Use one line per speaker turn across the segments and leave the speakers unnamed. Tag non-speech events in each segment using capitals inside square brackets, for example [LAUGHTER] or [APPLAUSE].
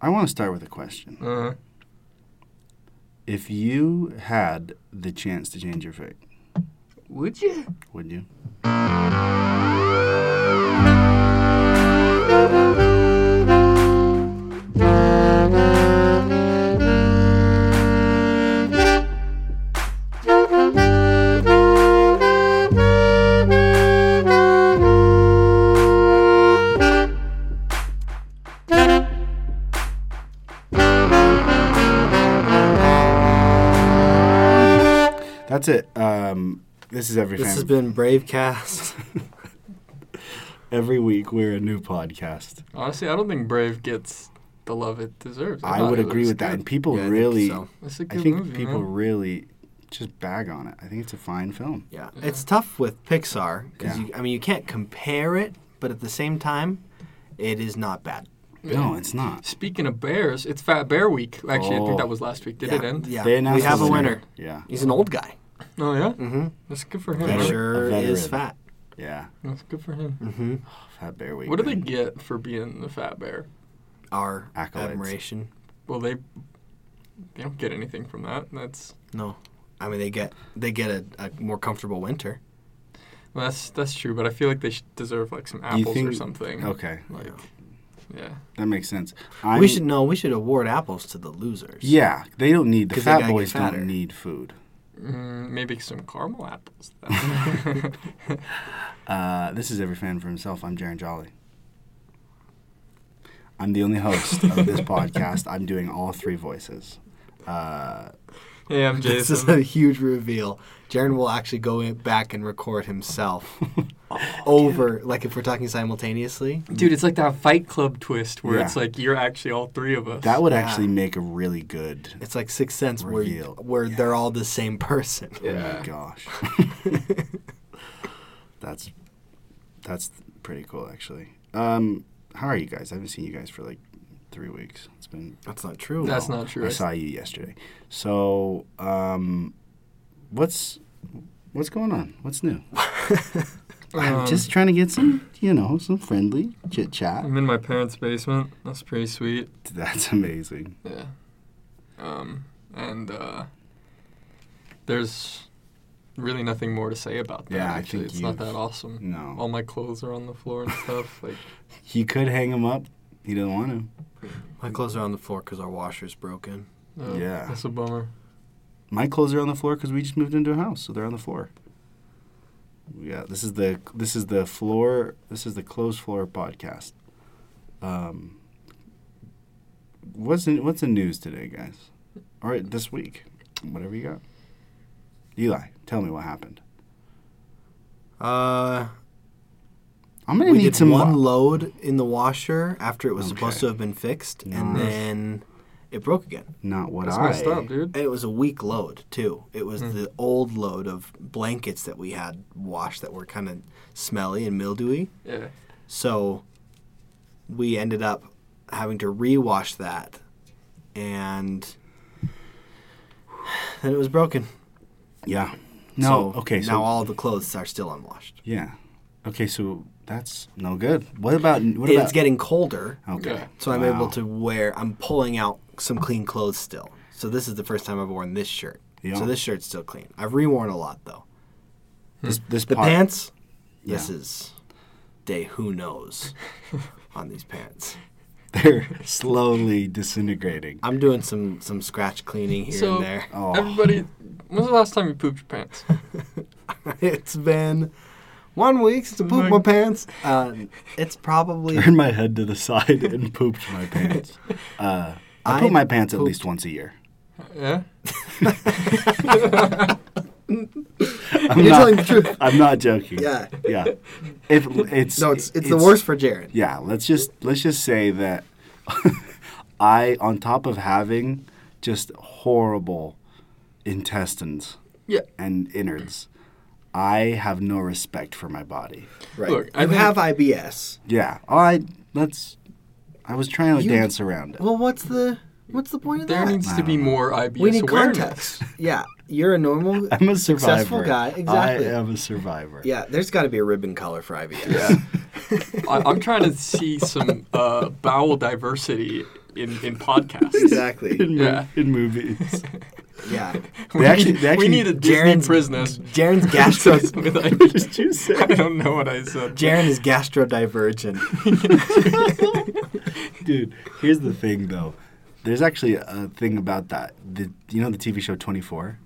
I want to start with a question.
Uh-huh.
If you had the chance to change your fate,
Would you?
would you? That's it. Um, this is everything.
This has been [LAUGHS] Bravecast.
Every week we're a new podcast.
Honestly, I don't think Brave gets the love it deserves.
I
thought
would
it
agree
was
with that.
good.
And people
Yeah, I think
really,
so.
It's a
I
good
think,
movie,
people
man.
really just bag on it. I think it's a fine film.
Yeah,
Yeah.
it's tough with Pixar because
Yeah.
I mean you can't compare it, but at the same time, it is not bad.
No, it's not.
Speaking of bears, it's Fat Bear Week. Actually, I
Oh.
think that was last week. Did
yeah,
it end?
Yeah,
They
we
announced
have
the
a
winner.
winner.
Yeah,
He's an old guy.
Oh yeah,
Mm-hmm.
that's good for
He
Veteran.
him.
sure
A
is
veteran.
fat.
yeah.
That's good for him.
Mm-hmm.
Fat Bear Week.
What do they
man.
get for being the Fat Bear?
Our
Accolades.
admiration.
Well, they they don't get anything from that. That's
No, I mean they get they get a, a more comfortable winter.
well, that's that's true. But I feel like they should deserve like some
Do you
apples or
think-
something.
Okay,
Like, yeah.
that makes sense. i
we should no, we should award apples to the losers.
Yeah, they don't need the
'Cause they
fat
gotta get
boys.
fatter.
Don't need food.
Mm, maybe some caramel
[LAUGHS]
apples. [LAUGHS] then.
Uh, this is every fan for himself. I'm Jaron Jolly. I'm the only host of
[LAUGHS]
this podcast. I'm doing all three voices. Uh,
hey, I'm
[LAUGHS] This is
Jason.
a huge reveal. Jaron will actually go in, back and record
[LAUGHS]
himself over, like if we're talking simultaneously.
Dude, it's like that Fight Club twist where
Yeah.
it's like you're actually all three of us.
that would
Yeah.
actually make a really good.
It's like Sixth Sense where, you-
Reveal.
where they're all the same person.
Oh my gosh. that's that's pretty cool actually. Um, how are you guys? I haven't seen you guys for like three weeks. It's been
That's not true. [LAUGHS]
That's not true.
I saw you yesterday. So um, what's what's going on? What's new? I'm
Um,
just trying to get some, you know, some friendly chit chat.
I'm in my parents' basement. That's pretty sweet.
That's amazing.
Yeah. Um, and uh, there's really nothing more to say about that.
Yeah, I
actually,
think
it's not
you've-
that awesome.
No,
All my clothes are on the floor and stuff. Like,
he could hang him up. He doesn't want to.
My clothes are on the floor because our washer's broken.
[LAUGHS]
uh,
Yeah.
that's a bummer.
My clothes are on the floor because we just moved into a house, so they're on the floor. Yeah, this is the this is the floor. This is the closed floor podcast. Um, what's in, what's in news today, guys? All right, this week, whatever you got. Eli, tell me what happened.
Uh,
I'm gonna
we
need
did
some
one
wa-
load in the washer after it was supposed
Okay.
to have been fixed, and
Nice.
then it broke again.
not what
That's
I.
messed up, dude.
And it was a weak load too. It was
Hmm.
the old load of blankets that we had washed that were kind of smelly and mildewy.
Yeah.
So we ended up having to rewash that, and then it was broken.
Yeah. No.
So
okay. So
now all the clothes are still unwashed.
yeah. Okay, so that's no good. What about what
And
about?
it's getting colder,
okay.
Yeah.
so I'm
Wow.
able to wear. I'm pulling out some clean clothes still. So this is the first time I've worn this shirt.
Yeah.
So this shirt's still clean. I've reworn a lot though.
this this
The
pod-
pants.
Yeah.
This is day
[LAUGHS]
who knows on these pants.
They're slowly disintegrating.
I'm doing some some scratch cleaning here
So-
and there.
Oh, [LAUGHS]
Everybody, when's the last time you pooped your pants?
[LAUGHS] it's been one week since I pooped my pants. Uh, it's
[LAUGHS]
probably
turned my head to the side and pooped my pants. Uh, I,
I
poop my pants at
pooped-
least once a year.
yeah.
I'm
You're
not,
telling the truth.
[LAUGHS] I'm not joking.
Yeah.
yeah. If it's
no. It's it's, the worst for Jared.
Yeah, let's just let's just say that [LAUGHS] I, on top of having just horrible intestines
Yeah.
and innards, I have no respect for my body.
Right.
Look, I
you
think-
have IBS.
Yeah, I let's. I was trying to
You-
dance around it.
Well, what's the what's the point of
There
that?
needs to be more IBS
we need
awareness. [LAUGHS]
context. yeah, you're a normal.
I'm a survivor.
Successful guy, exactly.
I am a survivor.
Yeah, there's got to be a ribbon color for IBS.
I, I'm trying to see some uh, bowel diversity in in podcasts.
[LAUGHS]
[LAUGHS]
Exactly.
in, mo-
Yeah.
in movies.
[LAUGHS]
yeah.
we,
actually-
need,
they
we
actually-
need a Disney business.
Jaren's gastro.
Just with, like-
what did you say?
I don't know what I said.
Jaren is gastrodivergent.
Dude, here's the thing though. There's actually a thing about that. The, you know the TV show 24?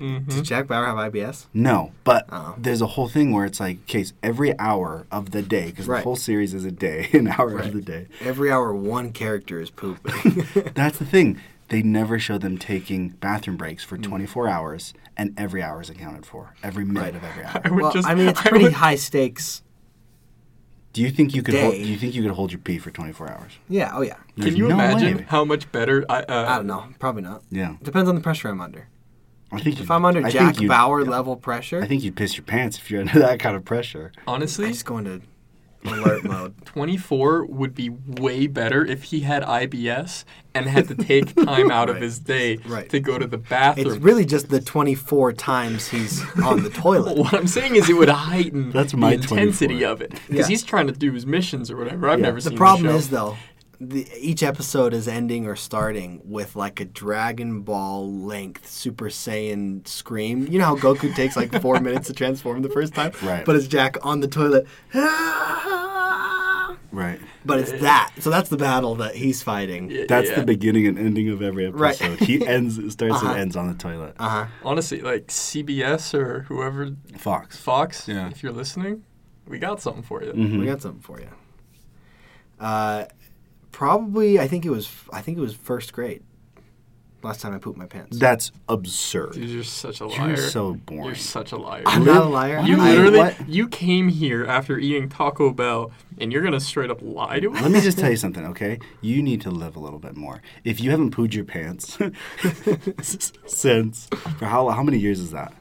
Mm-hmm.
Does Jack Bauer have IBS?
No, but
Oh.
there's a whole thing where it's like, case every hour of the day, because
Right.
the whole series is a day, [LAUGHS] an hour
Right.
of the day.
Every hour, one character
[LAUGHS]
is pooping.
That's the thing. They never show them taking bathroom breaks
Mm.
for 24 hours, and every hour is accounted for. Every minute of
[LAUGHS]
every hour.
I would
well,
just.
I mean,
[LAUGHS]
it's
I
pretty
would-
high stakes.
Do you think you could? Hold,
Day.
do you think you could hold your pee for 24 hours?
Yeah. Oh yeah.
There's
Can you
no
imagine
way.
how much better? I, uh,
I don't know. Probably not.
Yeah,
Depends on the pressure I'm under.
I think
If
you'd-
I'm under
I
Jack
think you'd-
Bauer
yeah.
level pressure,
I think you'd piss your pants if you're [LAUGHS] under that kind of pressure.
I
Honestly,
just go into alert
[LAUGHS]
mode.
24 would be way better if he had IBS and had to take time out of his day
Right.
to go to the
It's
bathroom.
really just the 24 times he's on
[LAUGHS]
the toilet.
what I'm saying is, it would heighten
That's my
the intensity
24.
of it because
Yeah.
he's trying to do his missions or whatever. I've
Yeah.
never
The
seen
problem
show.
is though, the, each episode is ending or starting with like a Dragon Ball length Super Saiyan scream. You know how Goku takes
[LAUGHS]
like four minutes to transform the first time,
Right.
but it's Jack on the toilet.
Right.
But it's that. So that's the battle that he's fighting.
Yeah,
That's
yeah.
the beginning and ending of every
Right.
episode.
[LAUGHS]
He ends it starts
Uh-huh.
and ends on the toilet.
Uh huh.
honestly like CBS or whoever
Uh-huh.
Fox.
Fox.
Yeah.
If you're listening, we got something for you.
Mhm.
We got something for you. Uh, probably. I think it was. I think it was first grade. Last time I pooped my pants.
That's absurd.
Dude, you're such a liar.
You're so boring.
You're such a liar.
I'm not a liar.
You
I-
literally
what?
you came here after eating Taco Bell and you're gonna straight up lie to us.
[LAUGHS] Let me just tell you something, okay? You need to live a little bit more. If you haven't pooed your pants [LAUGHS] since for how how many years is that?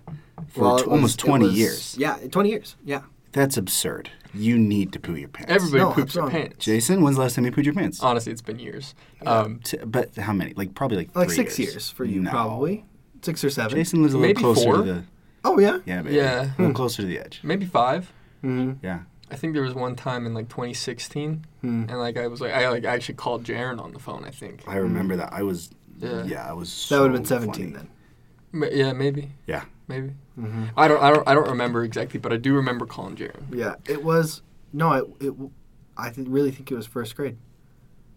For
Well,
tw-
it was-
almost
it
20
was-
years.
Yeah, 20 years. Yeah.
That's absurd. You need to poo your pants.
Everybody
No,
poops
that's
their
wrong.
pants.
Jason, when's the last time you pooed your pants?
Oh.
Honestly, it's been years. Um,
T- but how many? Like probably like
Like
three
six years. for you,
No.
probably. Six or seven.
Jason lives a little
Maybe
closer
four?
to the
Oh, yeah.
yeah, baby.
Yeah.
a little closer to the edge.
maybe five.
hmm
Mm-hmm.
Yeah.
I think there was one time in like 2016,
Hmm.
and like I was like I like actually called Jaron on the phone. I think.
I remember that. I was
Hmm. Yeah.
yeah, I was so
That would have been 17
funny.
then.
Ma- yeah, maybe.
Yeah.
Maybe.
Mm-hmm.
I don't. I don't. I don't remember exactly, but I do remember calling Jaron.
Yeah, it was. No, it, it w- I th- really think it was first grade.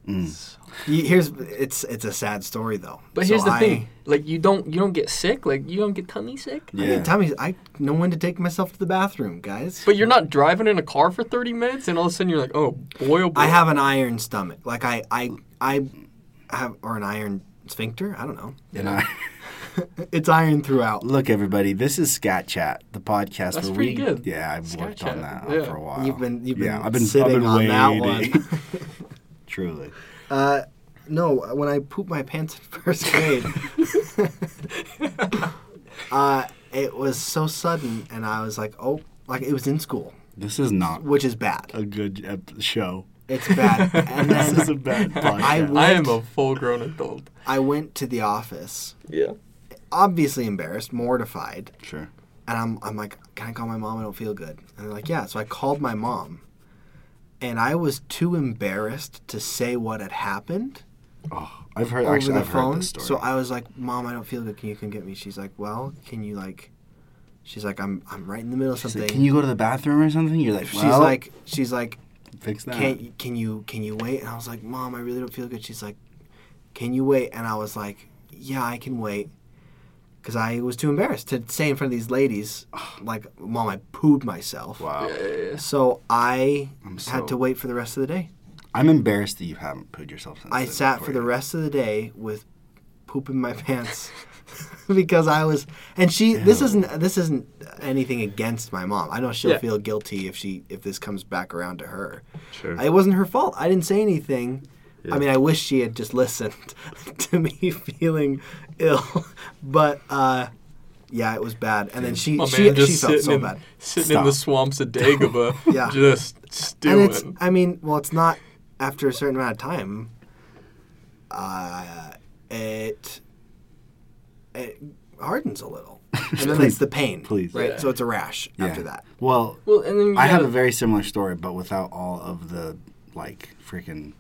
Mm.
You- Here's it's it's a sad story though.
But
So
here's the
I-
thing: like you don't you don't get sick. Like you don't get tummy sick.
I
Yeah.
didn't tell me I know when to take myself to the bathroom, guys.
But you're not driving in a car for 30 minutes, and all of a sudden you're like, oh boy, oh boy.
I have an iron stomach. Like I I I have or an iron sphincter. I don't know.
And I, [LAUGHS]
It's iron throughout.
look, everybody, this is Scat Chat, the podcast
That's
where
pretty
we.
good.
Yeah, I've
Scat
worked
Chat,
on that
yeah.
for a while.
You've been- you've
yeah,
been
I've been
sitting
I've been
on that
waiting. [LAUGHS] Truly,
Uh, no, when I pooped my pants in [LAUGHS] first
[LAUGHS]
grade, uh, it was so sudden, and I was like, oh, like it was in school,
this is not
which is bad.
a good ep-
[LAUGHS]
show.
It's
[LAUGHS]
bad. And
This is
then
a bad
I
podcast.
will-
I am a full grown adult.
I went to the office,
Yeah.
obviously embarrassed, mortified,
sure.
and I'm, I'm like, can I call my mom? I don't feel good. And they're like, yeah. So I called my mom, and I was too embarrassed to say what had happened.
Oh, I've heard
over
actually.
the
I've
phone.
heard this story.
So I was like, "Mom, I don't feel good. Can you come get me?" She's like, "Well, can you like?" She's like, "I'm I'm right in the middle of
She's
something."
like, can you go to the bathroom or something? You're like,
she's
well,
like, she's like,
fix that.
"Can not can you can you wait?" And I was like, "Mom, I really don't feel good." She's like, "Can you wait?" And I was like, "Yeah, I can wait." Because I was too embarrassed to say in front of these ladies, like, "Mom, I pooed myself."
wow,
Yeah, yeah, yeah.
So I
I'm so-
had to wait for the rest of the day.
I'm embarrassed that you haven't pooed yourself. Since
I
then
sat
before
for the
you-
rest of the day with poop in my pants [LAUGHS] because I was. And she, this
Ew.
isn't this isn't anything against my mom. I know she'll
Yeah.
feel guilty if she if this comes back around to her.
Sure.
It wasn't her fault. I didn't say anything.
Yeah.
I mean, I wish she had just listened [LAUGHS] to me feeling ill, [LAUGHS] but uh, yeah, it was bad. And then she
My
she,
man
she
just
felt
sitting,
so
in,
bad.
sitting in
Stop.
the swamps
[LAUGHS]
of Dagobah,
Yeah.
just
And
stewing.
it's, I mean, well, it's not after a certain amount of time. Uh, it it hardens a
[LAUGHS]
little, and then it's
Please.
the pain,
Please.
right?
Yeah.
So it's a rash
Yeah.
after that.
Well,
well, and then you
I have
gotta-
a very similar story, but without all of the like freaking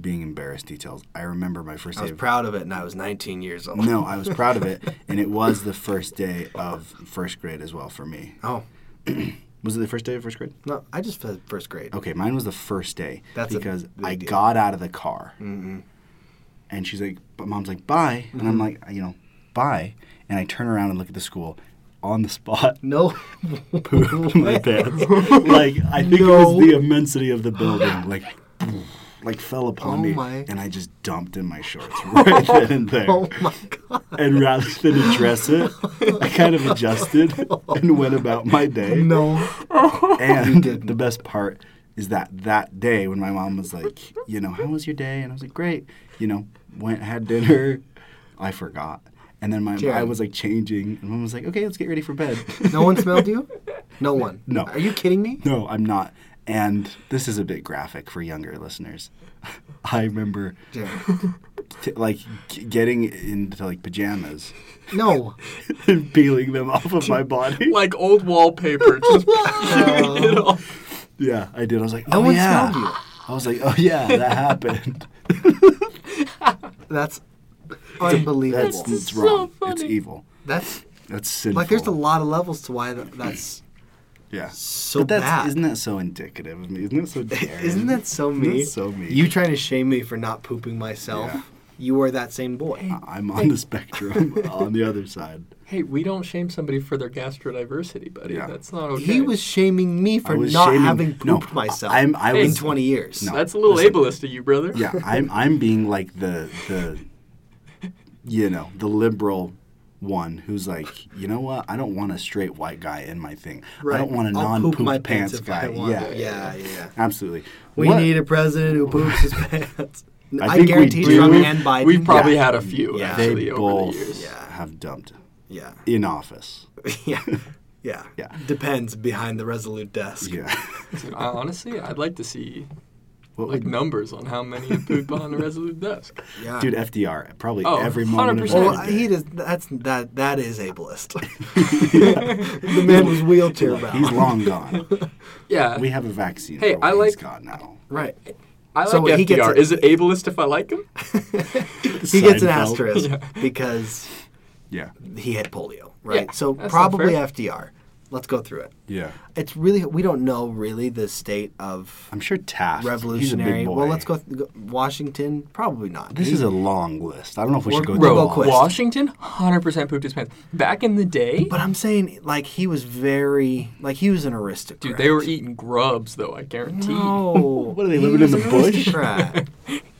being embarrassed details. I remember my first
I
day.
was
of-
proud of it, and I was 19 years old.
[LAUGHS] no, I was proud of it, and it was the first day of first grade as well for me.
Oh
Was it the first day of first grade?
no, I just said first grade.
Okay, mine was the first day
That's a
because
big
I
deal. Mm-hmm.
got out of the car
Mm-mm.
and she's like, but mom's like, bye, and
Mm-hmm.
I'm like, you know, bye, and I turn around and look at the school on the [LAUGHS] spot.
No. [LAUGHS]
pooped [LAUGHS] my pants. like I think it
No.
was the immensity of the
[SIGHS]
building. Like, like fell upon
Oh
me,
my.
and I just dumped in my shorts right then and there.
oh my god.
And rather than address it, I kind of adjusted and went about my day.
[LAUGHS] No.
And
didn't.
the best part is that that day when my mom was like, you know, how was your day? And I was like, great. You know, went had dinner. I forgot. And then my I
Jared.
was like changing, and mom was like, "Okay, let's get ready for bed."
No one smelled you? No one.
No.
Are you kidding me?
No, I'm not. And this is a bit graphic for younger listeners. [LAUGHS] I remember
Jared.
t- like g- getting into like pajamas [LAUGHS]
No.
and peeling them off of my body.
Like old
[LAUGHS]
wallpaper, just
Oh.
[LAUGHS] peeling it off.
Yeah, I did. I was like,
No
oh
one
yeah.
smelled you.
I was like, oh yeah, that happened.
That's unbelievable.
That's
That's,
it's
so
wrong. It's
funny.
evil. That's sinful.
like there's a lot of levels to why that, that's
Yeah.
so
But that's
bad.
isn't that so indicative of me? Isn't that so? Daring?
[LAUGHS] Isn't that so
Isn't
me?
that so me?
You trying to shame me for not pooping myself?
Yeah.
You are that same boy.
I'm on the
[LAUGHS]
spectrum on the other side.
Hey, we don't shame somebody for their gastrodiversity, buddy.
Yeah.
That's not okay.
He was shaming me for
I was
not
shaming-
having
no,
pooped myself
I'm- I
in
was-
20 years.
No.
That's a little
Listen.
ableist of you, brother.
yeah, I'm I'm being like the the you know the liberal one who's like, you know what? I don't want a straight white guy in my thing. I don't want a
I'll
non
poop my
poop pants,
if I
guy.
want
Yeah,
to. yeah, yeah.
absolutely.
We
What-
need a president who poops
[LAUGHS]
his pants.
I
I,
think we
guarantee
do.
Trump
We've-
and Biden.
We've probably
Yeah.
had a few
Yeah.
they
actually over
both
the years.
Yeah.
have dumped
Yeah.
in office.
Yeah. [LAUGHS] Yeah.
Yeah.
Depends behind the resolute desk.
Yeah, [LAUGHS]
Dude, I, honestly, I'd like to see
what
like
would,
numbers on how many have pooped behind the resolute
[LAUGHS]
desk.
Yeah.
dude? FDR probably
Oh,
every moment of
100%.
every
Well,
day.
he does. That's that. That
[LAUGHS]
is ableist. [LAUGHS] the man was wheelchair bound.
He's long
[LAUGHS]
gone.
Yeah.
We have a vaccine.
Hey,
for
I
what he's
like-
got now.
Right.
I like
So wait,
FDR.
he gets a-
Is it ableist if I like
[LAUGHS]
him?
He gets
Seinfeld. [LAUGHS]
an asterisk
Yeah.
because
Yeah,
he had polio. Right.
Yeah,
so
that's not
probably
fair.
FDR. Let's go through it.
yeah.
It's really we don't know really the state of
I'm sure Taft. He's a
revolutionary.
big boy.
Well, let's go. Th- go- Washington probably not.
This is a long list. I don't know if we
Or-
should go.
or
through
go
all of
quick.
them.
Washington, hundred percent pooped his pants. Back in the day,
but I'm saying like he was very like he was an aristocrat.
dude, they were eating grubs though. I guarantee.
No. [LAUGHS]
[LAUGHS] What are they,
He
living in
was
the
an
bush? [LAUGHS]
aristocrat.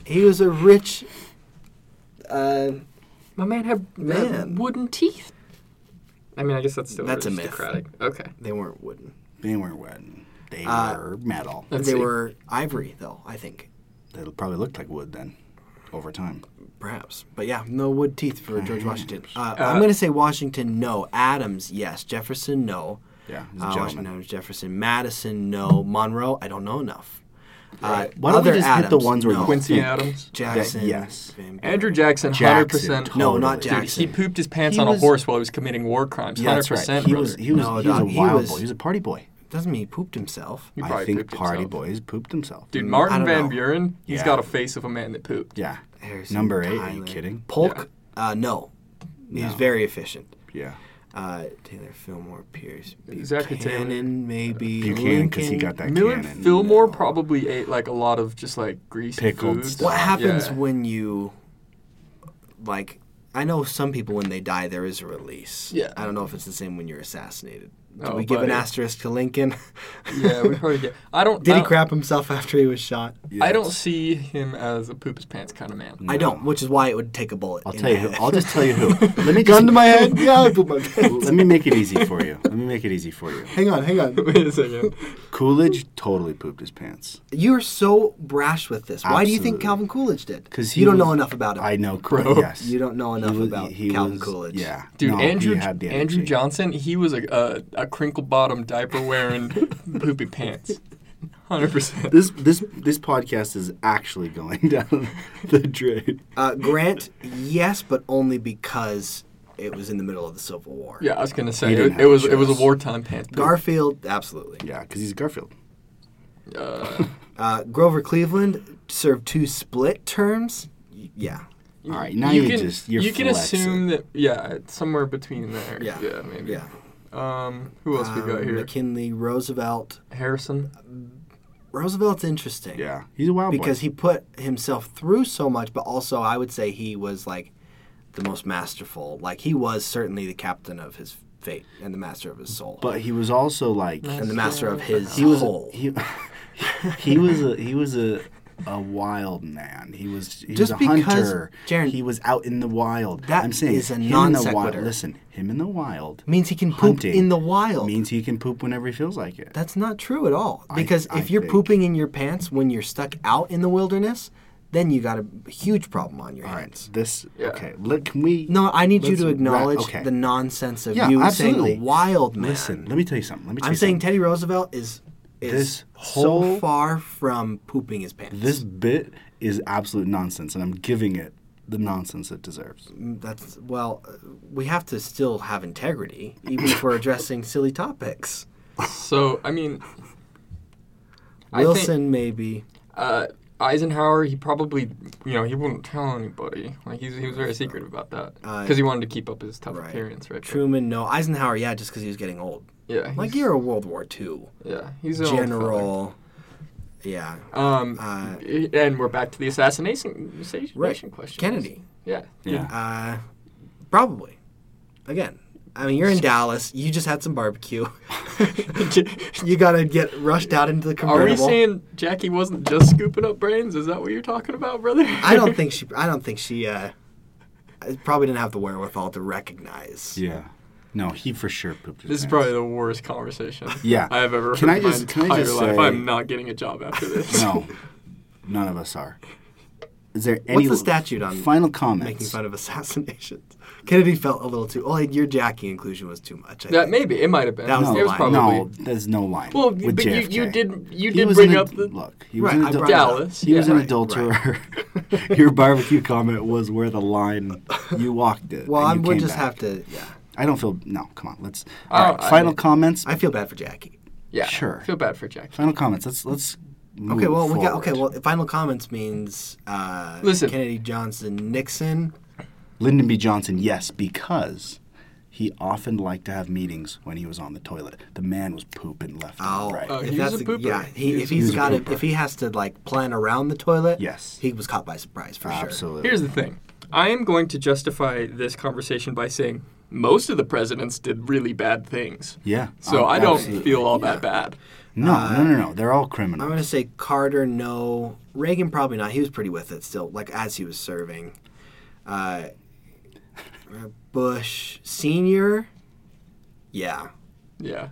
he was a rich. Uh,
My man had
Man.
wooden teeth. I mean, I guess that's still
That's a myth.
aristocratic. Okay.
they weren't wooden.
They weren't wooden. They
Uh,
were metal.
Let's
they
see.
were ivory, though. I think
They probably looked like wood then, over time.
perhaps, but yeah, no wood teeth for George Washington. Uh,
Uh,
I'm going to say Washington. No. Adams. Yes. Jefferson. No.
Yeah, he's a
Uh, Washington
gentleman.
Adams. Jefferson. Madison. No. Monroe. I don't know enough. Uh,
Why don't we
other
just hit the
Adams,
ones where
no.
Quincy-
Quincy
Think-
Adams.
Jackson.
That- yes.
Van Buren.
Andrew Jackson, hundred
Jackson,
percent.
totally.
No, not
Dude,
Dude, he
Jackson.
pooped his pants
He
on a
was-
horse while he was committing war crimes.
Yeah,
Hundred
that's right.
percent.
He was he was,
No,
he was a
dog, he
wild
was-
boy. He was a party boy.
Doesn't mean he pooped himself.
He
I
probably
think
pooped
party
himself.
boys pooped themselves.
Dude,
I
Martin
don't
Van
know.
Buren, he's
Yeah.
got a face of a man that pooped.
Yeah.
Harrison
Number eight. Are you
Tyler.
kidding?
Polk. Uh, no. He was
No.
very efficient.
Yeah.
Uh, Taylor Fillmore Pierce.
Exactly, Taylor.
Buchanan, maybe.
Buchanan, because he
Lincoln.
got that
Millard
cannon.
Fillmore
No.
probably ate like a lot of just like greasy
Pickled
foods.
stuff.
What happens
Yeah.
when you, like, I know some people when they die there is a release.
Yeah.
I don't know if it's the same when you're assassinated. Do
Oh,
we give an
buddy.
asterisk to Lincoln? [LAUGHS]
yeah, Uh, we probably get. I don't.
Did
I
he
don't,
crap himself after he was shot?
I don't see him as a poop his pants kind of man.
I don't, which is why it would take a bullet.
I'll
in
tell you
the
who.
head. [LAUGHS]
I'll just tell you who. Let me just,
Gun to my head. [LAUGHS] Yeah, I pooped my
[LAUGHS]
pants.
Let me make it easy for you. Let me make it easy for you.
Hang on,
[LAUGHS]
hang
[LAUGHS]
on.
Wait a second.
Coolidge totally pooped his pants.
You're so brash with this. Why do you think
Absolutely.
Calvin Coolidge did?
'Cause he
you don't
was-
know enough about him.
I know, Coolidge. [LAUGHS] Yes.
You don't know enough
He was-
about
he
Calvin
was-
Coolidge.
Yeah.
Dude,
No, he
Andrew
had the
Andrew
energy.
Johnson, he was a a, a crinkle bottom
[LAUGHS]
diaper wearing poopy pants. Hundred percent.
This this this podcast is actually
[LAUGHS]
going down the drain.
Uh, Grant, yes, but only because it was in the middle of the Civil War.
Yeah, I was gonna say
He didn't have
it, it was
a
it was a
choice.
wartime pants. poop.
Garfield, absolutely.
Yeah, because he's Garfield.
Uh,
Uh, Grover Cleveland served two split terms. Y- Yeah.
you-
All right, now you
can,
just- you're
you can
flexing.
assume that yeah, it's somewhere between there.
Yeah.
yeah, maybe.
Yeah.
Um, who else we got
Um,
here?
McKinley, Roosevelt.
Harrison.
Roosevelt's interesting.
Yeah, he's a wild
Because
boy.
he put himself through so much, but also I would say he was like the most masterful. Like he was certainly the captain of his fate and the master of his soul.
But he was also like
and the master of his
he was
whole.
he, [LAUGHS] he was a he was a a wild man. He was he
Just
was a
because-
hunter.
Jaren-
he was out in the wild.
That
I'm saying
is a
him in
non
the wild.
sequitur.
Listen, him in the wild
means he can poop
hunting
in the wild.
means he can poop whenever he feels like it.
That's not true at all. Because
I
if you're
think-
pooping in your pants when you're stuck out in the wilderness, then you got a huge problem on your
All right,
hands.
this
Yeah.
okay. Let, can we?
No, I need you
let's
to
wrap-
acknowledge
okay.
the nonsense of
Yeah,
you
absolutely.
saying a wild man.
Listen, let me tell you something. Let me. Tell
I'm
you
saying
something.
Teddy Roosevelt is is
This
so
whole-
far from pooping his pants.
this bit is absolute nonsense, and I'm giving it the nonsense it deserves.
Mm, that's well, uh, we have to still have integrity, even if
[COUGHS]
we're addressing silly topics.
So I mean, I think,
Wilson, maybe.
uh, Eisenhower. He probably you know he wouldn't tell anybody. Like he's, he was very secretive about that because he wanted to keep up his tough
Uh, right.
appearance, right?
Truman, no. Eisenhower, yeah, just because he was getting old.
Yeah.
Like
he's-
you're a World War II
Yeah, he's an old fella.
general. Yeah,
Um,
Uh,
i- and we're back to the assassination, assassination
Right.
question.
Kennedy. [LAUGHS]
Yeah.
Yeah.
Uh, probably. Again, I mean, you're in Dallas. You just had some barbecue. [LAUGHS] you gotta get rushed out into the
Are we
convertible.
saying Jackie wasn't just scooping up brains? Is that what you're talking about, brother?
I
[LAUGHS]
don't think she. I don't think she. Uh, probably didn't have the wherewithal to recognize.
Yeah. No, he for sure pooped. His
This is
pants.
probably the worst conversation
Yeah.
I have ever heard
Can I
in my
just- can I
entire
just
life.
say-
I'm not getting a job after
[LAUGHS]
this.
No, none of us are. Is there any?
What's the statute on
Final
making
comments.
fun of assassinations? Kennedy felt a little too. Oh, like your Jackie inclusion was too much. I
That
think.
maybe it might have been.
That was
it
the
was
line.
probably
No, there's no line.
Well,
with
but you- you
JFK.
did- you
He
did
was
bring
an
up the-
look. He
Right,
was
I
an adult.
brought it up.
Dallas.
He was
yeah.
an
Right,
adulterer. [LAUGHS] Your barbecue comment was where the line you walked it.
Well,
and
I
you
would
came
just
back.
have to. Yeah,
I don't feel. No, come on. Let's.
Oh,
All right.
I
final
mean-
comments.
I feel bad for Jackie.
Yeah.
Sure.
Feel bad for Jackie.
Final comments. Let's let's. Move
Okay, well we got
forward.
okay. Well, final comments means uh,
Listen.
Kennedy, Johnson, Nixon.
Lyndon B. Johnson, yes, because he often liked to have meetings when he was on the toilet. The man was pooping left
Oh,
and right.
Uh,
if
he was
that's
a pooper.
yeah.
He
He,
was
if
a
he's
pooper.
got it, if he has to like plan around the toilet,
Yes.
he was caught by surprise for sure.
Absolutely.
Here's the thing. I am going to justify this conversation by saying most of the presidents did really bad things.
yeah.
So
uh,
I don't
absolutely.
feel all that bad.
No, no, no, no. They're all
I'm
criminals.
gonna say Carter, no. Reagan, probably not. He was pretty with it still, like as he was serving. Uh, [LAUGHS] Bush senior, yeah.
Yeah.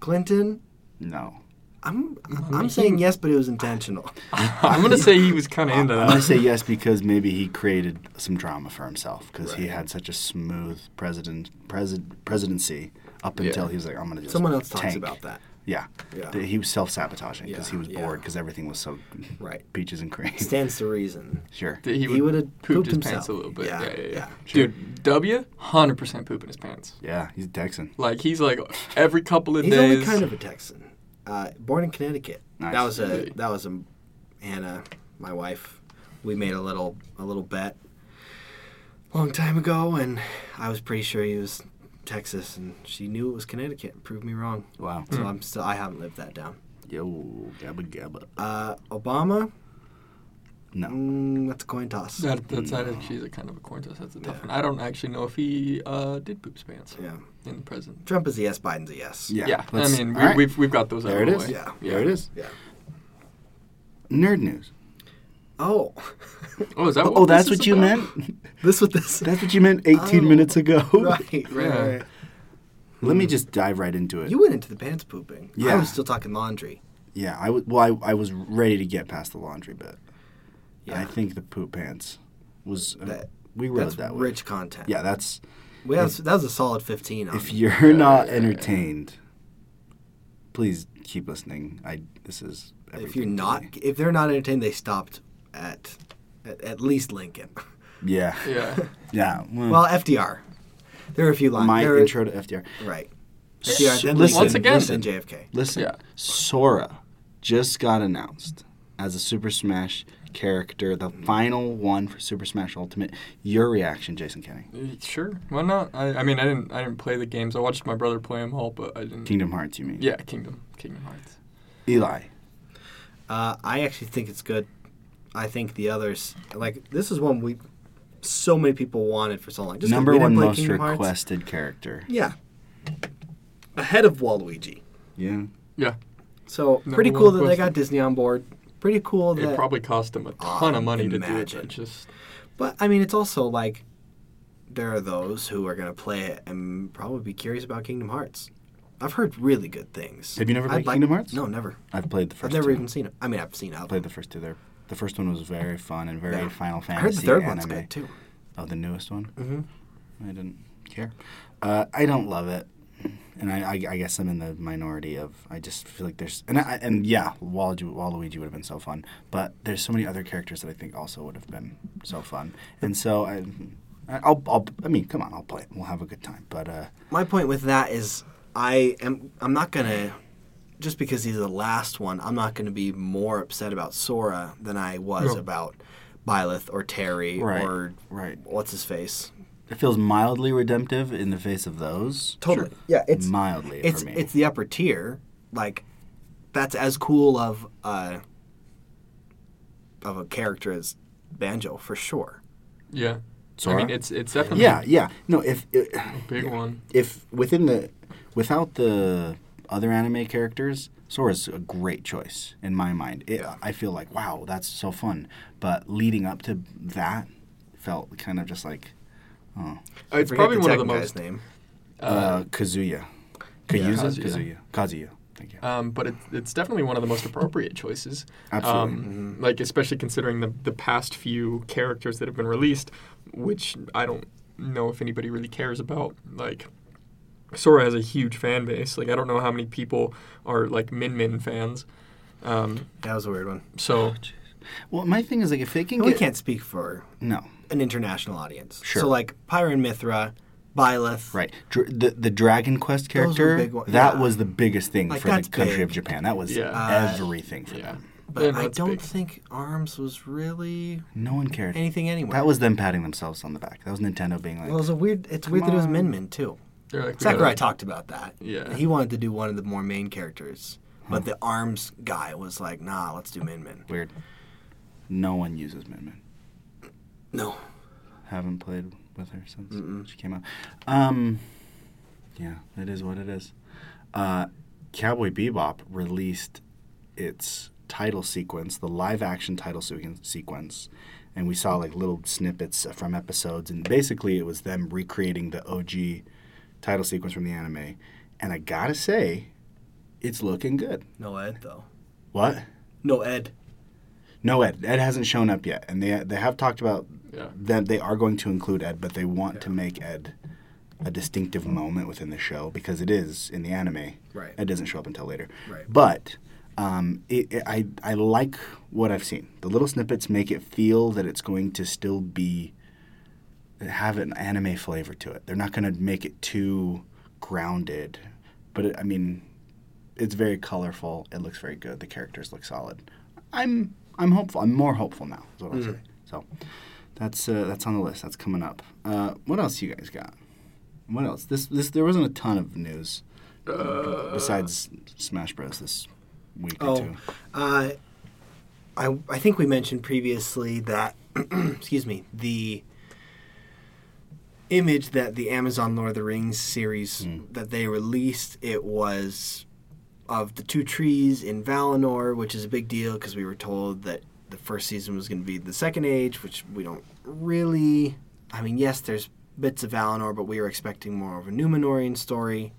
Clinton,
No.
I'm I'm saying yes, but it
[LAUGHS]
was intentional.
I'm gonna say he was kind of into
I'm gonna
[LAUGHS] that.
say yes because maybe he created some drama for himself because he had such a smooth president presid, presidency up until he was like, I'm gonna just
Someone else talks
tank."
about that.
Yeah,
Yeah.
Th- he was self sabotaging because
Yeah,
he was
yeah.
bored because everything was so
Right.
peaches and cream.
Stands to reason.
[LAUGHS] sure.
That he
He
would
would've
have
pooped
pooped his pants
himself.
a little bit. Yeah,
Yeah,
yeah, yeah.
yeah.
Dude, W, hundred percent pooping his pants.
Yeah, he's a Texan.
Like he's like every couple of
He's
days.
only kind of a Texan. Uh, born in Connecticut.
Nice.
That was a
Yeah.
that was a Hannah, my wife. We made a little a little bet long time ago, and I was pretty sure he was Texas, and she knew it was Connecticut and proved me wrong.
Wow.
So I'm still I haven't lived that down.
Yo, gabba gabba.
Uh, Obama,
No.
mm, that's a coin toss. Yeah.
That, that's
Mm-hmm.
not a, she's a kind of a corn toss. That's a tough one. I don't actually know if he uh, did poop his pants in the prison.
Trump is a yes. Biden's a yes.
Yeah.
Yeah, I
let's-
mean we,
all right.
we've we've got those. out
There
of
it
the
is.
way.
Yeah.
There it is.
Yeah.
Nerd news.
Oh, [LAUGHS]
Oh, is that?
Oh, that's
this
what
is
you
about?
meant. [LAUGHS]
this with this. [LAUGHS]
That's what you meant 18
Oh,
minutes ago.
[LAUGHS] right, right,
Yeah.
right.
Let me just dive right into it.
You went into the pants pooping. I
Yeah.
was still talking laundry.
Yeah, I was. Well, I, I was ready to get past the laundry bit. Yeah.
Yeah.
I think the poop pants was. uh,
That-
we rode
That's
that way.
rich content.
Yeah, that's
we have, that was a solid fifteen. On
if
me.
you're not entertained, please keep listening. I this is.
if
everything to
you're not,
me.
if they're not entertained, they stopped at at, at least Lincoln.
Yeah. Yeah. [LAUGHS]
Yeah.
Well,
Well, FDR. There were a few lines.
Hmm. my
there were-
intro to FDR.
right?
S-
FDR. Then
listen,
Once again,
Lincoln, then JFK.
Listen,
Yeah.
Sora, just got announced as a Super Smash character, the final one for Super Smash Ultimate. Your reaction, Jason Kenny?
Uh, Sure, why not? I, I mean, I didn't I didn't play the games. I watched my brother play them all, but I didn't.
Kingdom Hearts, you mean?
Yeah, Kingdom Kingdom Hearts.
Eli.
Uh, I actually think it's good. I think the others like this is one we so many people wanted for so long. Just 'cause
Number
we
one
didn't play
most
Kingdom Hearts.
requested character.
Yeah, ahead of Waluigi.
Yeah.
So
Number
pretty
one
cool that they
requested.
got Disney on board. Pretty cool that.
It probably cost them a ton of money to do it.
Imagine.
but Just
but I mean, it's also like there are those who are gonna play it and probably be curious about Kingdom Hearts. I've heard really good things.
Have you never
I'd
played
like-
Kingdom Hearts?
No, never. i
I've played the 1st
I've never
two.
even seen it. I mean, I've seen it.
played the first two there. The first one was very fun and very
Yeah.
Final
I
Fantasy.
heard the third
anime.
one's good too.
Oh, the newest one.
Mm-hmm.
I didn't care. Uh, I don't love it, and I, I, I guess I'm in the minority of. I just feel like there's and I, and yeah, Waluigi, Waluigi would have been so fun, but there's so many other characters that I think also would have been so fun, and so I, I'll, I'll I mean, come on, I'll play it. We'll have a good time, but uh,
my point with that is I am I'm not gonna just because he's the last one, I'm not gonna be more upset about Sora than I was
No.
about Byleth or Terry
Right.
or
right,
what's his face.
it feels mildly redemptive in the face of those.
Totally. Yeah, it's
mildly
it's
for me.
it's the upper tier. Like that's as cool of uh of a character as Banjo for sure.
yeah. I
Sora?
mean, it's it's definitely
yeah, yeah. No, if
a big one.
if within the without the other anime characters, Sora's a great choice in my mind. It, I feel like wow, that's so fun. But leading up to that, felt kind of just like
I
It's
forget
probably one
the
of the
second guy's
most.
name.
uh, Kazuya, Kayuza, Kazuya,
Kazuya.
Kazuya. Thank you.
Um, but it, it's definitely one of the most appropriate choices.
Absolutely.
Um,
Mm-hmm.
Like especially considering the the past few characters that have been released, which I don't know if anybody really cares about. Like Sora has a huge fan base. Like I don't know how many people are like Min Min fans. Um,
That was a weird one.
so
Well, my thing is like if they can
We
get
can't speak for
no
an international audience.
Sure.
So like Pyron Mithra, Byleth,
right Dr- the the Dragon Quest
were
character
big one-
that
yeah.
was the biggest thing
Like,
for the
that's
country
big.
of Japan. That was
Yeah.
Uh,
everything for
yeah,
them.
But
Yeah, no,
I
it's
don't
big.
think Arms was really
No one cared.
anything anyway.
That was them patting themselves on the back. That was Nintendo being like,
well, it was a weird. It's weird that it was
on.
Min Min too.
they're like, we
Sakurai
gotta-
talked about that.
Yeah.
He wanted to do one of the more main characters, but the Arms guy was like, "Nah, let's do Min Min."
Weird. No one uses Min Min.
No.
Haven't played with her since she came out. Um, yeah, it is what it is. Uh, Cowboy Bebop released its title sequence, the live action title sequen- sequence, and we saw like little snippets from episodes, and basically it was them recreating the OG title sequence from the anime. And I gotta say, it's looking good.
No Ed though.
What?
No Ed.
No, Ed. Ed hasn't shown up yet, and they they have talked about
Yeah.
that they are going to include Ed, but they want to make Ed a distinctive moment within the show because it is in the anime.
Right.
Ed doesn't show up until later.
Right.
But um, it, it- I I like what I've seen. The little snippets make it feel that it's going to still be have an anime flavor to it. They're not going to make it too grounded, but it, I mean, it's very colorful. It looks very good. The characters look solid. I'm I'm hopeful. I'm more hopeful now. Is what
Mm-hmm.
I'm saying. So that's uh, that's on the list. That's coming up. Uh, what else you guys got? What else? This this there wasn't a ton of news
Uh.
besides Smash Bros. This week or
Oh.
two.
Uh, I I think we mentioned previously that [CLEARS THROAT] excuse me the image that the Amazon Lord of the Rings series that they released it was of the two trees in Valinor, which is a big deal because we were told that the first season was going to be the Second Age, which we don't really. I mean, yes, there's bits of Valinor, but we were expecting more of a Numenorean story.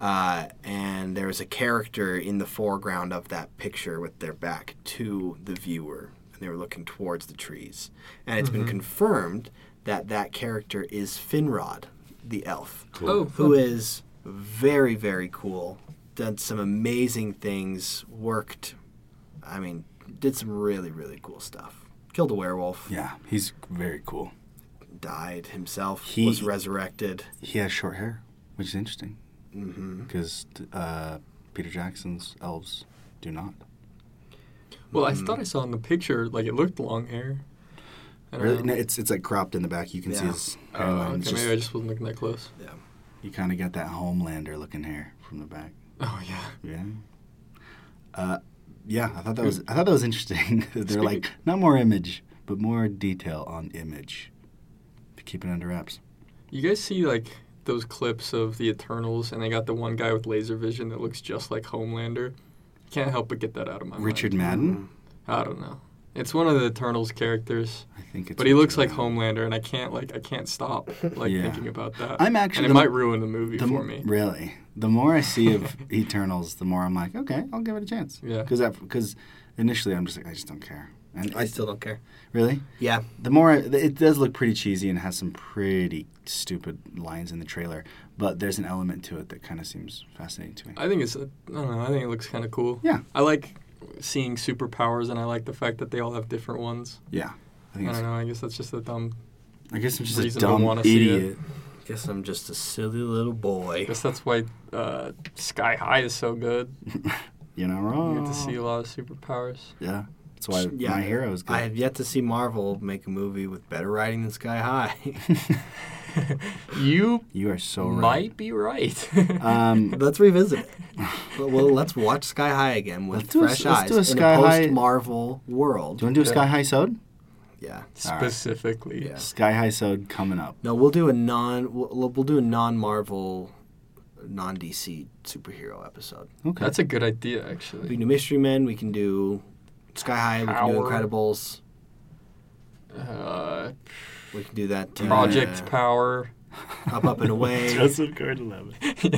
Uh, and there was a character in the foreground of that picture with their back to the viewer, and they were looking towards the trees. And it's been confirmed that that character is Finrod, the elf
Oh,
who is very very cool done some amazing things worked i mean did some really really cool stuff killed a werewolf
Yeah, he's very cool.
died himself
He-
was resurrected
He has short hair, which is
Mm-hmm.
interesting because uh, Peter Jackson's elves do not.
Well,
Hmm.
I thought I saw in the picture like it looked long hair. I don't
Really? No,
know.
it's it's like cropped in the back. You can see
Yeah.
his
Oh,
hairline.
okay,
It's
maybe I
just,
just wasn't looking that close.
you kind of got that Homelander looking hair from the back.
Oh yeah.
Yeah. Uh, yeah, I thought that was I thought that was interesting. [LAUGHS] They're
Speaking-
like not more image, but more detail on image. To keep it under wraps.
You guys see like those clips of the Eternals, and they got the one guy with laser vision that looks just like Homelander. Can't help but get that out of my
Richard
mind.
Mm.
Madden,
I don't know. It's one of the Eternals characters,
I think it's.
but he looks like
Richard Madden.
Homelander, and I can't like I
[LAUGHS]
can't stop like
Yeah.
thinking about that.
I'm actually
and it
the-
might ruin the movie
The
for
m-
me.
Really, the more I see
[LAUGHS]
of Eternals, the more I'm like, okay, I'll give it a chance.
Yeah.
Because because initially I'm just like I just don't care. And
I still don't care.
really,
Yeah.
the more I, it does look pretty cheesy and has some pretty stupid lines in the trailer, but there's an element to it that kind of seems fascinating to me.
I think it's I don't know. I think it looks kind of cool.
Yeah.
I like seeing superpowers, and I like the fact that they all have different ones.
Yeah, I think
I
it's,
don't know. I guess that's just a dumb.
I guess I'm just a
Uh, Reason I
dumb
wanna see it.
idiot.
Guess I'm just a silly little
I
boy.
guess that's why uh, Sky High is so good.
You're not
You
wrong.
get to see a lot of superpowers.
Yeah, that's why
Yeah.
my hero is
I
good.
have yet to see Marvel make a movie with better writing than Sky High. [LAUGHS]
[LAUGHS] You
[LAUGHS] you are so right.
might be right.
[LAUGHS]
[LAUGHS]
Um,
let's revisit it. Well, well, let's watch Sky High again with
Let's do a-
fresh
let's
eyes
do a Sky
in a
High-
post-Marvel world.
do you want to do a
Yeah.
sky high sod?
Yeah.
[LAUGHS] Specifically.
Yeah.
Sky high sod coming up.
No, we'll do a non we'll, we'll do a non-Marvel non-DC superhero episode.
Okay.
That's a good idea,
We can
actually.
do Mystery Men, we can do Sky High, we can do
Power.
Incredibles,
Uh,
we can do that uh,
[LAUGHS]
Project Power. [LAUGHS]
Up Up and [LAUGHS] Away,
Joseph Gordon-Levitt.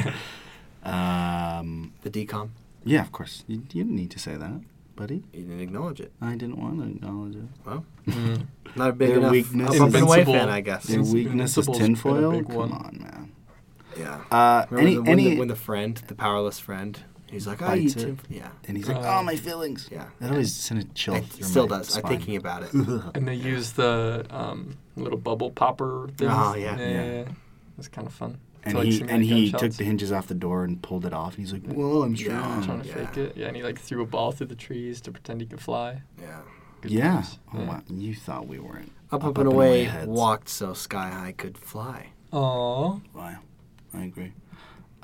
yeah.
Um,
the decom.
yeah, of course. You, you didn't need to say that, buddy.
You didn't acknowledge it.
I didn't want to acknowledge it.
Mm.
Not a big
Their
enough
weakness
Up, Up and Away
Invincible.
fan, I guess.
Your
Since
weakness is
Invincible's been a
tinfoil.
big
Come
one.
on, man.
Yeah.
Uh,
Remember
any
the, when,
any.
the, when the friend, the powerless friend, he's like, I
Bites
eat
it.
him. Yeah.
and he's like,
Uh,
"Oh, my feelings."
Yeah.
That always sent a chill.
It
through
still
my
does.
Spine.
I'm thinking
[LAUGHS]
about it.
And they use the um, little bubble popper thing.
Oh, yeah.
Yeah.
Ah, Yeah.
yeah. That's kind of fun.
and
So, like,
he
some
and he
gunshots.
took the hinges off the door and pulled it off. And he's like, "Whoa, I'm
Yeah.
strong."
Trying to
Yeah.
fake it. Yeah, and he like threw a ball through the trees to pretend he could fly.
Yeah.
Good
Yeah.
times.
Oh, wow. You thought we weren't. Up,
Up, up,
Up and
and
Away
away,
heads.
walked so Sky High could fly.
Aw.
Wow. I agree.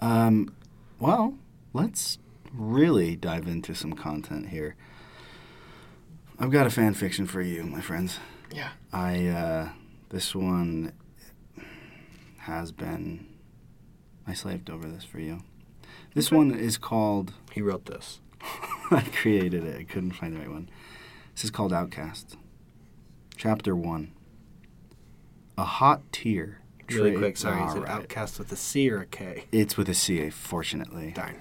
Um, well, let's really dive into some content here. I've got a fan fiction for you, my friends.
Yeah.
I uh, this one has been. I slaved over this for you. This one is called. [LAUGHS]
He wrote this.
I created it. I couldn't find the right one. This is called Outcast. Chapter one. A hot tear.
Really
tra-
quick, sorry. Is it
Alright.
Outcast with a C or a K?
It's with a CA, fortunately.
Darn.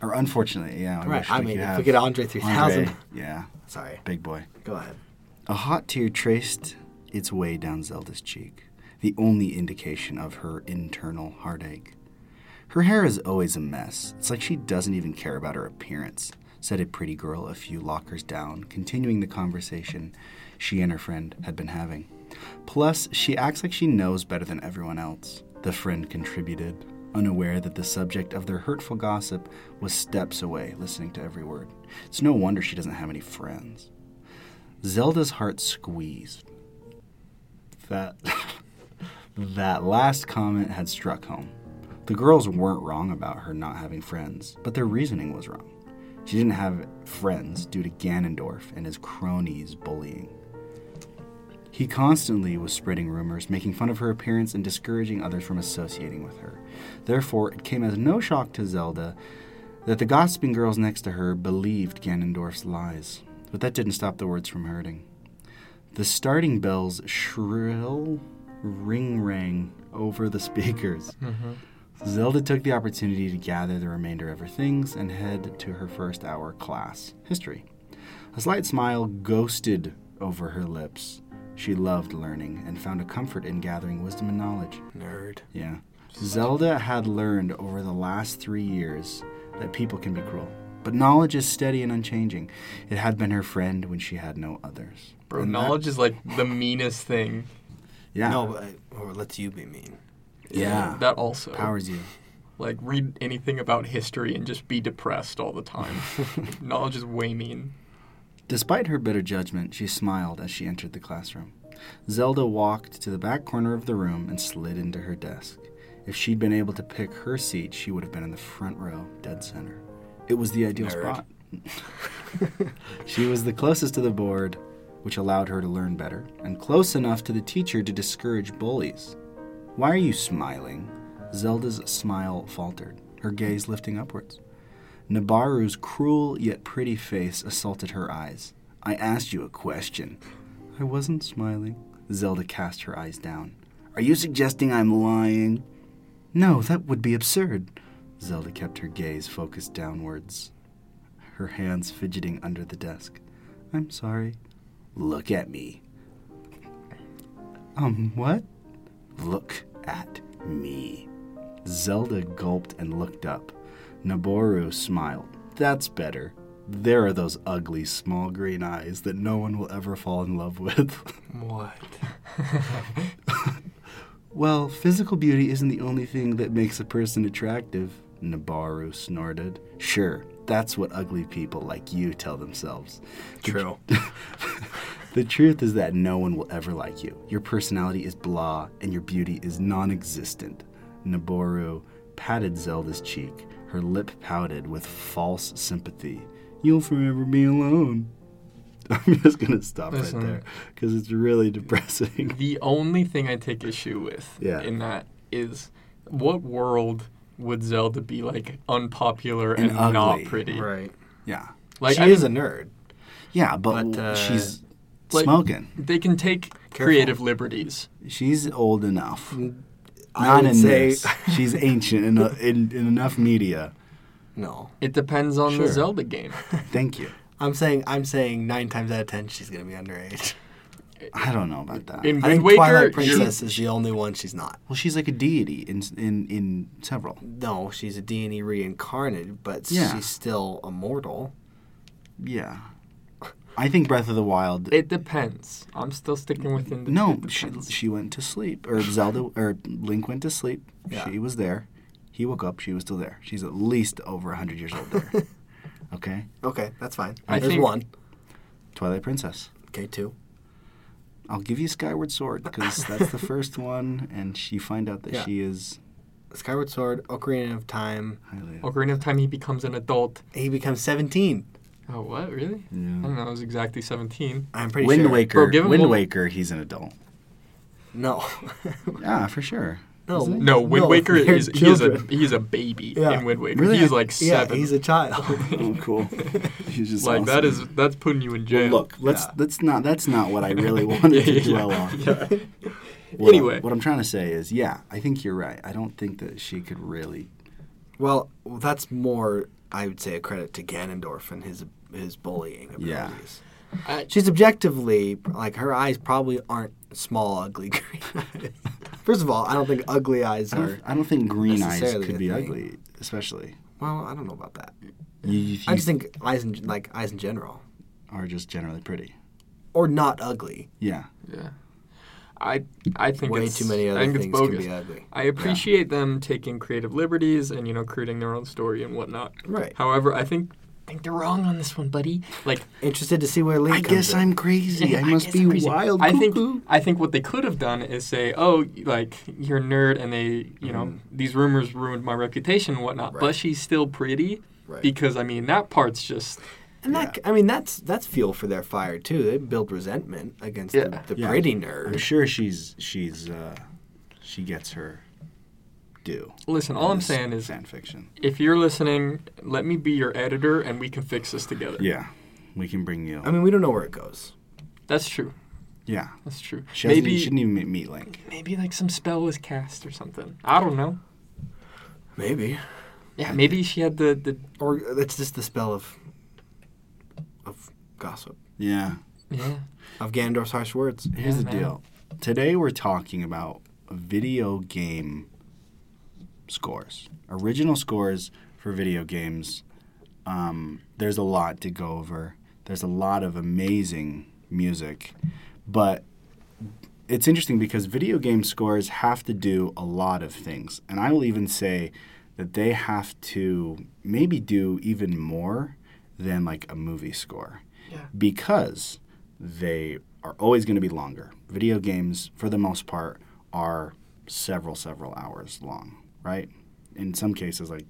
Or unfortunately, yeah. I
Right.
wish
I
we
mean,
could
if
have
we get Andre 3000.
Andre. Yeah,
Sorry.
big boy.
Go ahead.
A hot tear traced its way down Zelda's cheek, the only indication of her internal heartache. Her hair is always a mess. It's like she doesn't even care about her appearance, said a pretty girl a few lockers down, continuing the conversation she and her friend had been having. Plus, she acts like she knows better than everyone else, the friend contributed, unaware that the subject of their hurtful gossip was steps away, listening to every word. It's no wonder she doesn't have any friends. Zelda's heart squeezed. That [LAUGHS] that last comment had struck home. The girls weren't wrong about her not having friends, but their reasoning was wrong. She didn't have friends due to Ganondorf and his cronies bullying. He constantly was spreading rumors, making fun of her appearance and discouraging others from associating with her. Therefore, it came as no shock to Zelda that the gossiping girls next to her believed Ganondorf's lies. But that didn't stop the words from hurting. The starting bell's shrill ring rang over the [LAUGHS] speakers. Zelda took the opportunity to gather the remainder of her things and head to her first hour class, history. A slight smile ghosted over her lips. She loved learning and found a comfort in gathering wisdom and knowledge.
Nerd.
Yeah. Zelda had learned over the last three years that people can be cruel, but knowledge is steady and unchanging. It had been her friend when she had no others.
Bro,
And that-
knowledge is like the meanest thing.
yeah.
No, but, uh, or lets you be mean.
yeah.
That also.
Powers you.
Like, read
[LAUGHS]
anything about history and just be depressed all the time. knowledge is way mean.
Despite her bitter judgment, she smiled as she entered the classroom. Zelda walked to the back corner of the room and slid into her desk. If she'd been able to pick her seat, she would have been in the front row, dead center. It was the ideal
Nerd.
spot. [LAUGHS] she was the closest to the board, which allowed her to learn better, and close enough to the teacher to discourage bullies. Why are you smiling? Zelda's smile faltered, her gaze lifting upwards. Nabaru's cruel yet pretty face assaulted her eyes. I asked you a question. I wasn't smiling. Zelda cast her eyes down. Are you suggesting I'm lying? No, that would be absurd. Zelda kept her gaze focused downwards, her hands fidgeting under the desk. I'm sorry. Look at me. Um, what? Look at me. Zelda gulped and looked up. Naboru smiled. That's better. There are those ugly small green eyes that no one will ever fall in love with. [LAUGHS]
What?
well, physical beauty isn't the only thing that makes a person attractive, Nabaru snorted. Sure, that's what ugly people like you tell themselves. The
True.
[LAUGHS] the truth is that no one will ever like you. Your personality is blah, and your beauty is non existent. Naboru patted Zelda's cheek. Her lip pouted with false sympathy. You'll forever be alone. [LAUGHS] I'm just going to stop
Listen.
right there because it's really depressing. [LAUGHS]
The only thing I take issue with
Yeah.
in that is what world would Zelda be like unpopular
And
and, not
ugly.
pretty?
right.
yeah.
Like
she
I
is
mean,
a nerd.
Yeah, but,
But, uh,
she's
like-
smoking.
they can take creative liberties.
She's old enough.
I
Not
would
in
say-
this. She's ancient in, uh, in, in enough media.
[LAUGHS] No.
It depends on
Sure.
the Zelda game.
[LAUGHS] Thank you.
I'm saying I'm saying nine times out of ten she's gonna be underage.
I don't know about that.
In
I
Wind
think
Waker,
Twilight
you're,
Princess is the only one she's not.
well, she's like a deity in in in several.
No, she's a D&E reincarnated, but
Yeah.
she's still immortal.
Yeah. I think Breath of the Wild.
it depends. I'm still sticking within the
no,
it
she
depends.
she went to sleep, or Zelda, or Link went to sleep.
Yeah.
She was there. He woke up. She was still there. She's at least over hundred years old
[LAUGHS]
there. [LAUGHS] okay,
Okay, that's fine.
I
There's
think-
one.
Twilight Princess.
Okay, two.
I'll give you Skyward Sword
[LAUGHS]
because that's the first one, and she find out that
Yeah.
she is
Skyward Sword, Ocarina of Time.
highly.
Ocarina of Time, he becomes an adult.
He becomes 17.
Oh, what? Really? I
Yeah.
don't know. I was exactly 17.
I'm pretty
Wind
sure.
Waker.
Bro, give him
Wind
one-
Waker. He's an adult.
No. [LAUGHS]
Yeah, for
[LAUGHS]
sure.
no.
No, Wind
no,
Waker
they're
is he is a [LAUGHS]
children.
he is a baby
Yeah.
in Wind Waker.
Really?
He's like
Yeah,
seven. [LAUGHS]
he's a [LAUGHS] child.
Oh, cool. He's just
like that
awesome.
is that's putting you in
Well,
jail.
look, let's
Yeah.
let's not that's not what I
[LAUGHS]
really wanted to dwell on.
Yeah.
What I-
[LAUGHS] Anyway.
what I'm trying to say is, yeah, I think you're right. I don't think that she could really.
Well, that's more, I would say, a credit to Ganondorf and his his bullying abilities.
Yeah.
I-
She's objectively like her eyes probably aren't small, ugly green
[LAUGHS]
[LAUGHS] eyes. First of all, I don't think ugly eyes
I
are.
don't, I don't think green eyes
necessarily
could
a
be
thing.
ugly, especially.
Well, I don't know about that.
You, you
I just think eyes in like eyes in general,
are just generally pretty.
or not ugly.
Yeah,
yeah. I I think
Way
it's,
too many
I
other
think it's
things
bogus.
can be ugly.
I appreciate them taking creative liberties and you know creating their own story and whatnot.
Right.
However, I think I think they're wrong on this one, buddy. Like
Interested to see where Lee
I
comes
guess
in.
I'm crazy. I
[LAUGHS] I
must
guess
be
I'm crazy.
wild.
I think
cuckoo.
I think what they could have done is say, "Oh, like you're a nerd," and they, you know,
Mm-hmm.
these rumors ruined my reputation and whatnot. But
Right.
she's still pretty
Right.
because I mean that part's just
And that, I mean, that's that's fuel for their fire too. They build resentment against
Yeah.
the, the
Yeah.
pretty
I'm
nerd.
sure she's she's uh, she gets her due.
listen.
in
All I'm
this
saying is,
fan fiction.
if you're listening, let me be your editor, and we can fix this together.
Yeah, we can bring you.
I mean, we don't know where it goes.
That's true.
yeah,
That's true.
she hasn't-
maybe
shouldn't even meet- meet Link.
maybe like some spell was cast or something. I don't know.
Maybe,
Yeah, maybe she had the the.
or it's just the spell of of gossip
Yeah.
Yeah.
of Ganondorf's harsh words.
Here's
Yeah,
the
man.
deal. Today we're talking about video game scores, original scores for video games. Um, there's a lot to go over. There's a lot of amazing music, but it's interesting because video game scores have to do a lot of things, and I will even say that they have to maybe do even more than like a movie score.
Yeah.
because they are always going to be longer. Video games, for the most part, are several, several hours long, right? In some cases, like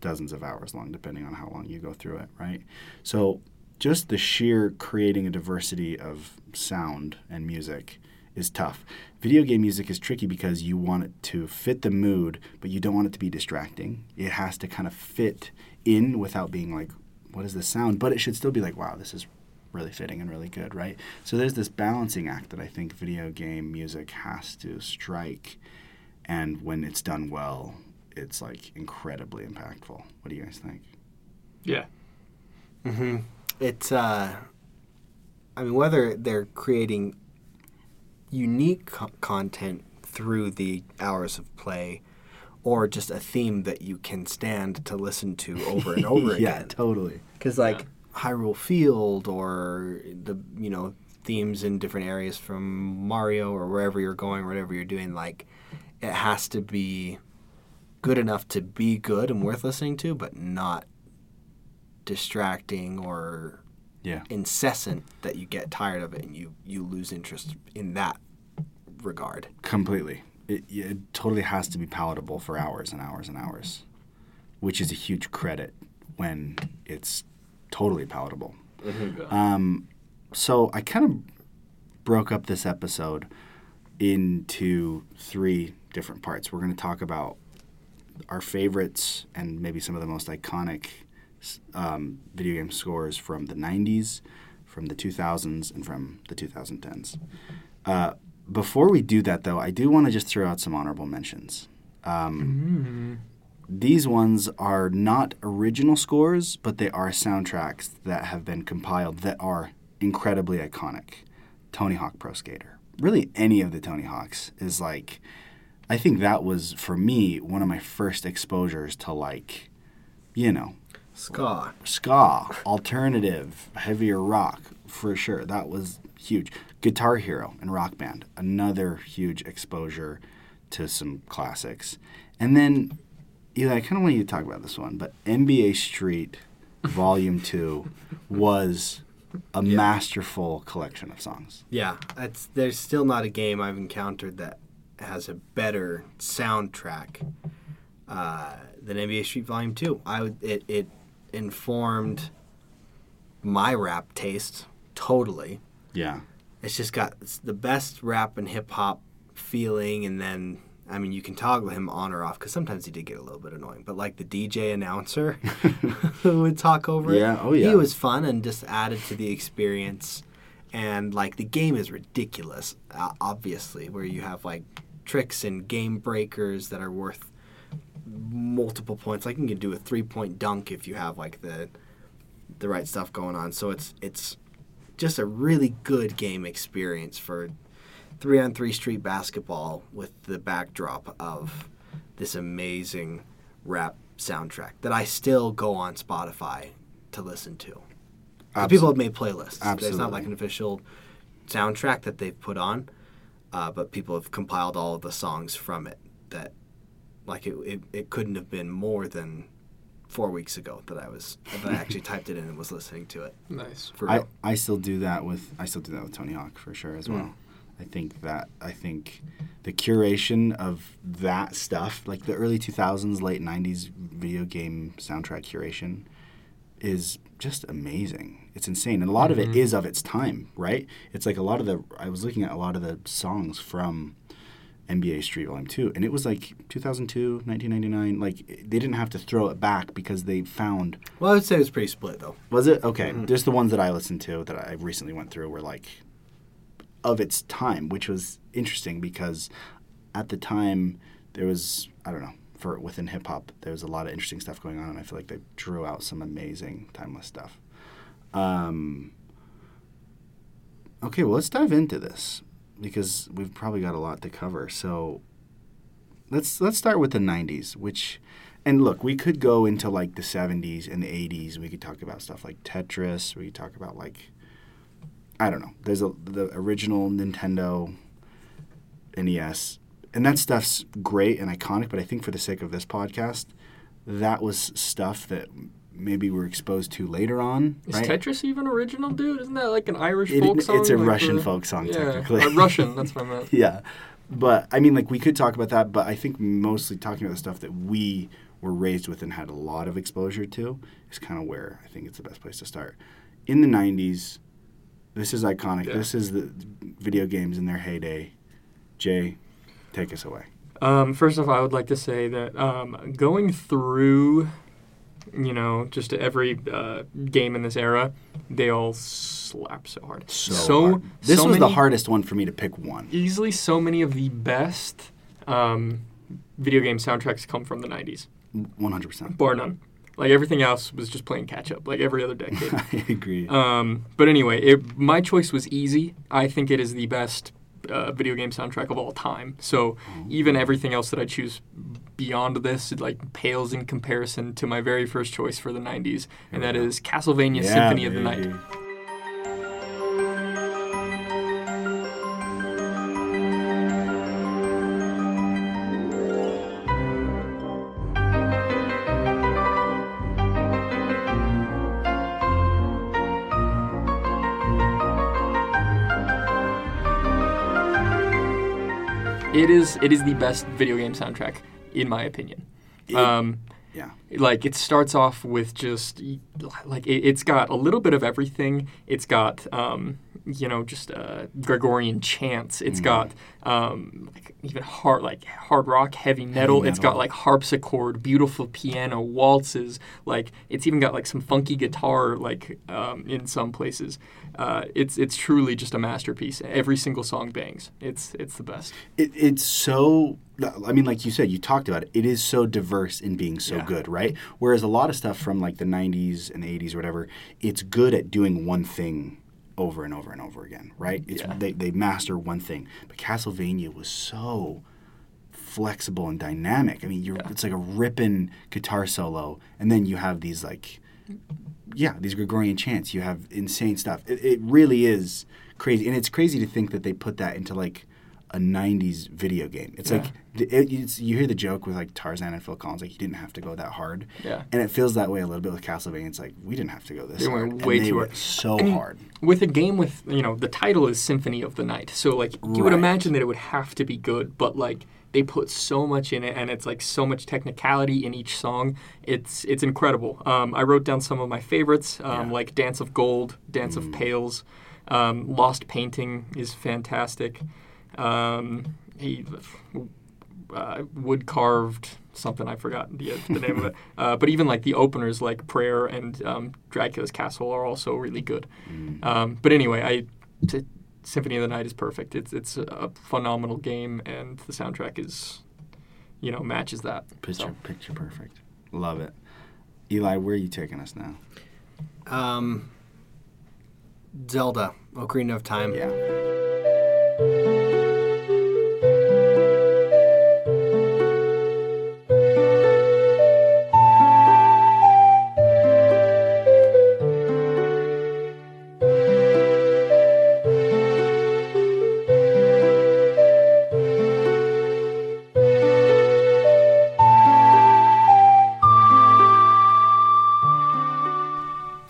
dozens of hours long, depending on how long you go through it, right? So, just the sheer creating a diversity of sound and music is tough. Video game music is tricky because you want it to fit the mood, but you don't want it to be distracting. It has to kind of fit in without being like, what is the sound? But it should still be like, wow, this is really fitting and really good, right? So there's this balancing act that I think video game music has to strike. And when it's done well, it's like incredibly impactful. What do you guys think?
Yeah.
Mm-hmm. It's, uh, I mean, whether they're creating unique co- content through the hours of play or just a theme that you can stand to listen to over and
[LAUGHS]
over
yeah,
again.
totally.
Because, like, Hyrule Field or the, you know, themes in different areas from Mario or wherever you're going, whatever you're doing, like, it has to be good enough to be good and worth listening to, but not distracting or
Yeah.
incessant that you get tired of it and you, you lose interest in that regard.
Completely. It, it totally has to be palatable for hours and hours and hours, which is a huge credit when it's totally palatable. Um, so I kind of broke up this episode into three different parts. We're going to talk about our favorites and maybe some of the most iconic s- um, video game scores from the 90s, from the 2000s, and from the 2010s. Uh, before we do that, though, I do want to just throw out some honorable mentions. Um, These ones are not original scores, but they are soundtracks that have been compiled that are incredibly iconic. Tony Hawk Pro Skater. Really, any of the Tony Hawks is like, I think that was, for me, one of my first exposures to like, you know,
Ska.
ska, alternative, heavier rock for sure. That was huge. Guitar Hero and Rock Band, another huge exposure to some classics. And then, Eli, I kind of want you to talk about this one, but NBA Street Volume 2 was a masterful collection of songs.
Yeah, that's there's still not a game I've encountered that has a better soundtrack uh, than NBA Street Volume Two. I would it it informed my rap taste totally.
Yeah.
It's just got it's the best rap and hip hop feeling, and then I mean you can toggle him on or off because sometimes he did get a little bit annoying. But like the
[LAUGHS]
DJ announcer [LAUGHS] who would talk over it,
Yeah, oh, yeah.
he was fun and just added to the experience. And like the game is ridiculous, o- obviously, where you have like tricks and game breakers that are worth multiple points. Like you can do a three point dunk if you have like the the right stuff going on. So it's it's just a really good game experience for three on three street basketball with the backdrop of this amazing rap soundtrack that I still go on Spotify to listen to. 'Cause People have made playlists. There's not
Absolutely.
like an official soundtrack that they've put on, uh, but people have compiled all of the songs from it that, like, it, it, it couldn't have been more than four weeks ago that I was, that I
[LAUGHS]
actually typed it in and was listening to it.
Nice.
For
I,
real.
I still do that with I still do that with Tony Hawk for sure as well. I think that I think the curation of that stuff, like the early two thousands, late nineties video game soundtrack curation, is just amazing. It's insane, and a lot
Mm-hmm.
of it is of its time, right? It's like a lot of the I was looking at a lot of the songs from NBA Street Volume 2. And it was like 2002, 1999. Like, they didn't have to throw it back because they found
Well, I would say it was pretty split though.
was it okay? Just the ones that I listened to that I recently went through were like of its time, which was interesting because at the time there was I don't know for within hip hop there was a lot of interesting stuff going on, and I feel like they drew out some amazing timeless stuff. Um, okay, well let's dive into this because we've probably got a lot to cover. So let's let's start with the '90s, which and look, we could go into like the 70s and the 80s. We could talk about stuff like Tetris. We could talk about like I don't know. There's a the original Nintendo NES. And that stuff's great and iconic, but I think for the sake of this podcast, that was stuff that maybe were exposed to later on,
Is
right?
Tetris even original, dude? Isn't that like an Irish
It-
folk song?
it's a
Like,
Russian
uh,
folk song,
yeah,
technically.
uh, Russian. That's what I
[LAUGHS]
meant.
yeah, but I mean, like we could talk about that, but I think mostly talking about the stuff that we were raised with and had a lot of exposure to is kind of where I think it's the best place to start. In the '90s, this is iconic.
Yeah.
This is the video games in their heyday. Jay, take us away.
[LAUGHS] Um, first off, I would like to say that um, going through, you know, just every uh, game in this era, they all slap so hard.
hard. this
so
was the
many-
hardest one for me to pick one.
Easily, so many of the best um, video game soundtracks come from the '90s,
100. percent [LAUGHS]
bar none. Like everything else was just playing catch up, like every other decade.
I agree.
Um, but anyway, it, my choice was easy. I think it is the best uh, video game soundtrack of all time. So even everything else that I choose beyond this, it like pales in comparison to my very first choice for the '90s, and that is Castlevania Symphony of the Night.
baby.
It is it is the best video game soundtrack in my opinion. Um,
Yeah.
like it starts off with just like it, it's got a little bit of everything it's got um, you know just uh, gregorian chants It's got um, like even hard like hard rock heavy metal. it's got
metal.
like harpsichord beautiful piano waltzes like it's even got like some funky guitar like um, in some places uh, it's it's truly just a masterpiece every single song bangs it's it's the best
It, it's so. I mean, like you said, you talked about it. It is so diverse in being so
Yeah.
good, right? Whereas a lot of stuff from like the '90s and '80s or whatever, it's good at doing one thing over and over and over again, right? It's,
Yeah.
they, they master one thing. But Castlevania was so flexible and dynamic. I mean, you're, it's like a ripping guitar solo, and then you have these like yeah, these Gregorian chants. You have insane stuff. It, it really is crazy, and it's crazy to think that they put that into like a '90s video game. It's
Yeah.
like the, it, it's, you hear the joke with like Tarzan and Phil Collins, like you didn't have to go that hard.
Yeah.
and it feels that way a little bit with Castlevania. It's like we didn't have to go this.
They
hard.
went
and
way
they
too
went
hard.
So
I mean,
hard.
With a game with you know the title is Symphony of the Night, so like you would
Right.
imagine that it would have to be good, but like they put so much in it, and it's like so much technicality in each song. It's it's incredible. Um, I wrote down some of my favorites, um,
Yeah. Mm.
like Dance of Gold, Dance of Pales, um, Lost Painting is fantastic. Um, he uh, wood carved something I forgot the, the name of it. Uh, but even like the openers like Prayer and um, Dracula's Castle are also really good. Um, but anyway, I t- Symphony of the Night is perfect. It's it's a phenomenal game, and the soundtrack is, you know, matches that.
Picture
So,
picture perfect. Love it. Eli, where are you taking us now?
Um, Zelda, Ocarina of Time.
Yeah.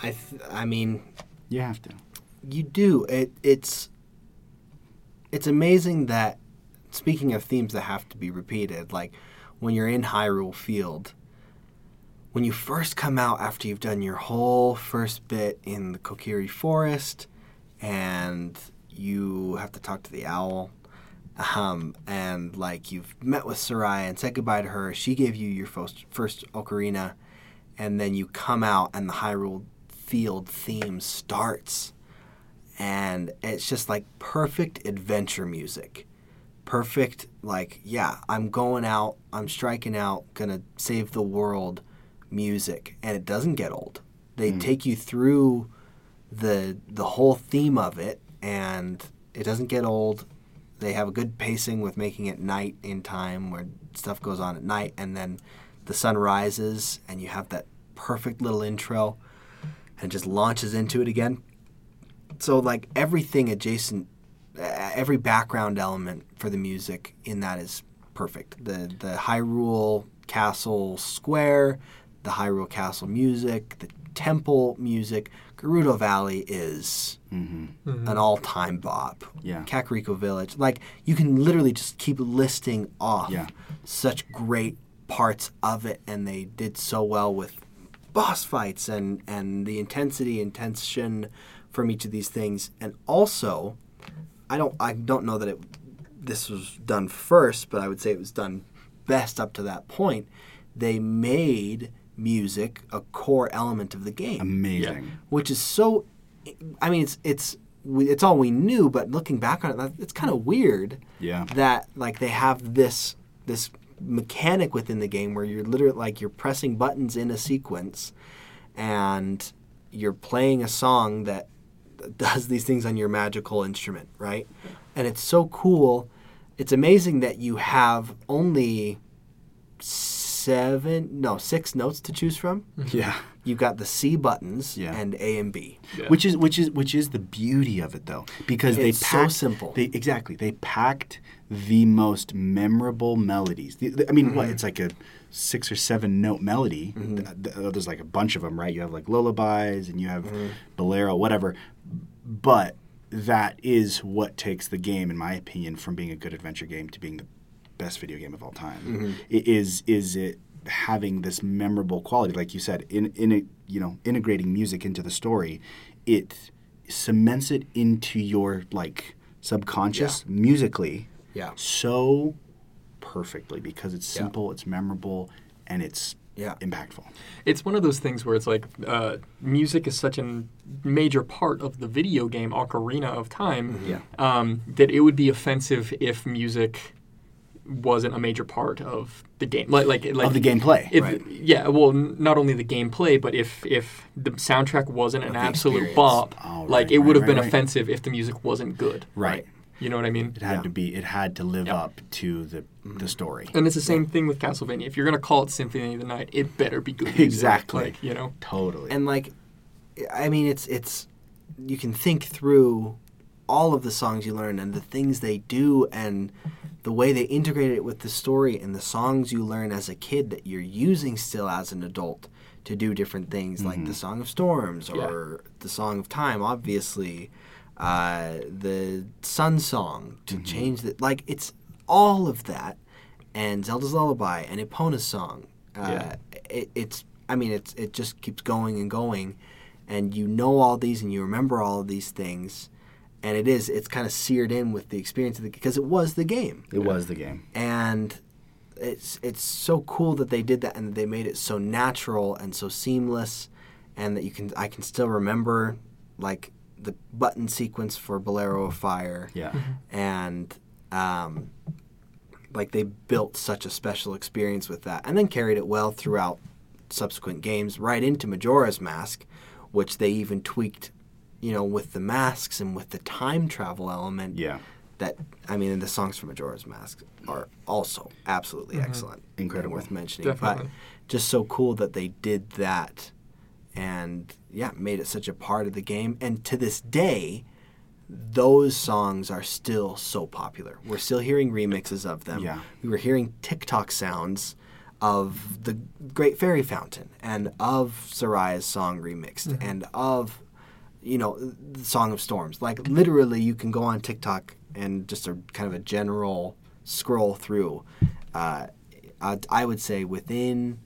I, th- I mean,
You have to.
you do. It, it's, it's amazing that, speaking of themes that have to be repeated, like when you're in Hyrule Field, when you first come out after you've done your whole first bit in the Kokiri Forest, and you have to talk to the owl, um, and like you've met with Soraya and said goodbye to her, she gave you your first first ocarina, and then you come out and the Hyrule Field theme starts, and it's just like perfect adventure music perfect like yeah i'm going out i'm striking out gonna save the world music and it doesn't get old they take you through the the whole theme of it and it doesn't get old they have a good pacing with making it night in time where stuff goes on at night and then the sun rises and you have that perfect little intro and just launches into it again so like everything adjacent uh, every background element for the music in that is perfect the the hyrule castle square the Hyrule Castle music, the temple music. Gerudo Valley is
Mm-hmm.
an all-time bop.
Yeah.
Kakariko Village. Like you can literally just keep listing off
Yeah.
such great parts of it, and they did so well with boss fights and and the intensity and tension from each of these things, and also, I don't I don't know that it this was done first, but I would say it was done best up to that point. They made music a core element of the game
Amazing.
which is so i mean it's it's we- it's all we knew but looking back on it that- it's kind of weird
Yeah.
that like they have this this mechanic within the game where you're literally like you're pressing buttons in a sequence and you're playing a song that [LAUGHS] does these things on your magical instrument right and it's so cool it's amazing that you have only seven no six notes to choose from
Yeah.
you've got the C buttons
Yeah.
and A and B.
Yeah.
Which is which is which is the beauty of it though, because they
It's so
packed,
simple.
They exactly they packed the most memorable melodies. The- the- I mean,
Mm-hmm.
what it's like a six or seven note melody. Th- th- there's like a bunch of them, right? You have like lullabies and you have
Mm-hmm.
bolero, whatever. But that is what takes the game, in my opinion, from being a good adventure game to being the best video game of all time.
Mm-hmm.
I- Is is it having this memorable quality, like you said, in in it, you know integrating music into the story, it cements it into your like subconscious musically
Yeah.
so perfectly because it's simple, it's memorable, and it's
Yeah.
impactful.
it's one of those things where it's like uh, music is such a major part of the video game Ocarina of Time
Mm-hmm. Yeah.
um, that it would be offensive if music wasn't a major part of the game. Like, like, like
Of the gameplay,
If,
right?
Yeah, well, n- not only the gameplay, but if if the soundtrack wasn't an
the
absolute
experience.
bop,
Oh,
like
right,
it would
right,
have been
right, right.
offensive if the music wasn't good.
Right.
You know what I mean?
It had
Yeah. Mm-hmm.
to be. It had to live
Yeah.
up to the the story.
And it's the same thing with Castlevania. If you're gonna call it Symphony of the Night, it better be good. music.
Exactly.
Like, you know.
Totally.
And like, I mean, it's it's you can think through all of the songs you learn and the things they do and the way they integrate it with the story and the songs you learn as a kid that you're using still as an adult to do different things like the song of storms or the song of time obviously uh, the sun song to change the like it's all of that and zelda's lullaby and epona's song uh,
Yeah.
it, it's I mean it's it just keeps going and going, and you know all these and you remember all of these things, and it is it's kind of seared in with the experience of the because it was the game,
it was the game.
and it's it's so cool that they did that and they made it so natural and so seamless, and that you can I can still remember like the button sequence for Bolero of Fire,
Yeah.
and um, like they built such a special experience with that, and then carried it well throughout subsequent games, right into Majora's Mask, which they even tweaked, you know, with the masks and with the time travel element.
Yeah.
That I mean, and the songs from Majora's Mask are also absolutely excellent, and
Incredible.
worth mentioning.
Definitely.
But just so cool that they did that, and yeah, made it such a part of the game. And to this day, those songs are still so popular. We're still hearing remixes of them.
Yeah.
We were hearing TikTok sounds of the Great Fairy Fountain and of Soraya's song remixed and of, you know, the Song of Storms. Like literally, you can go on TikTok and just a kind of a general scroll through. Uh, I, I would say within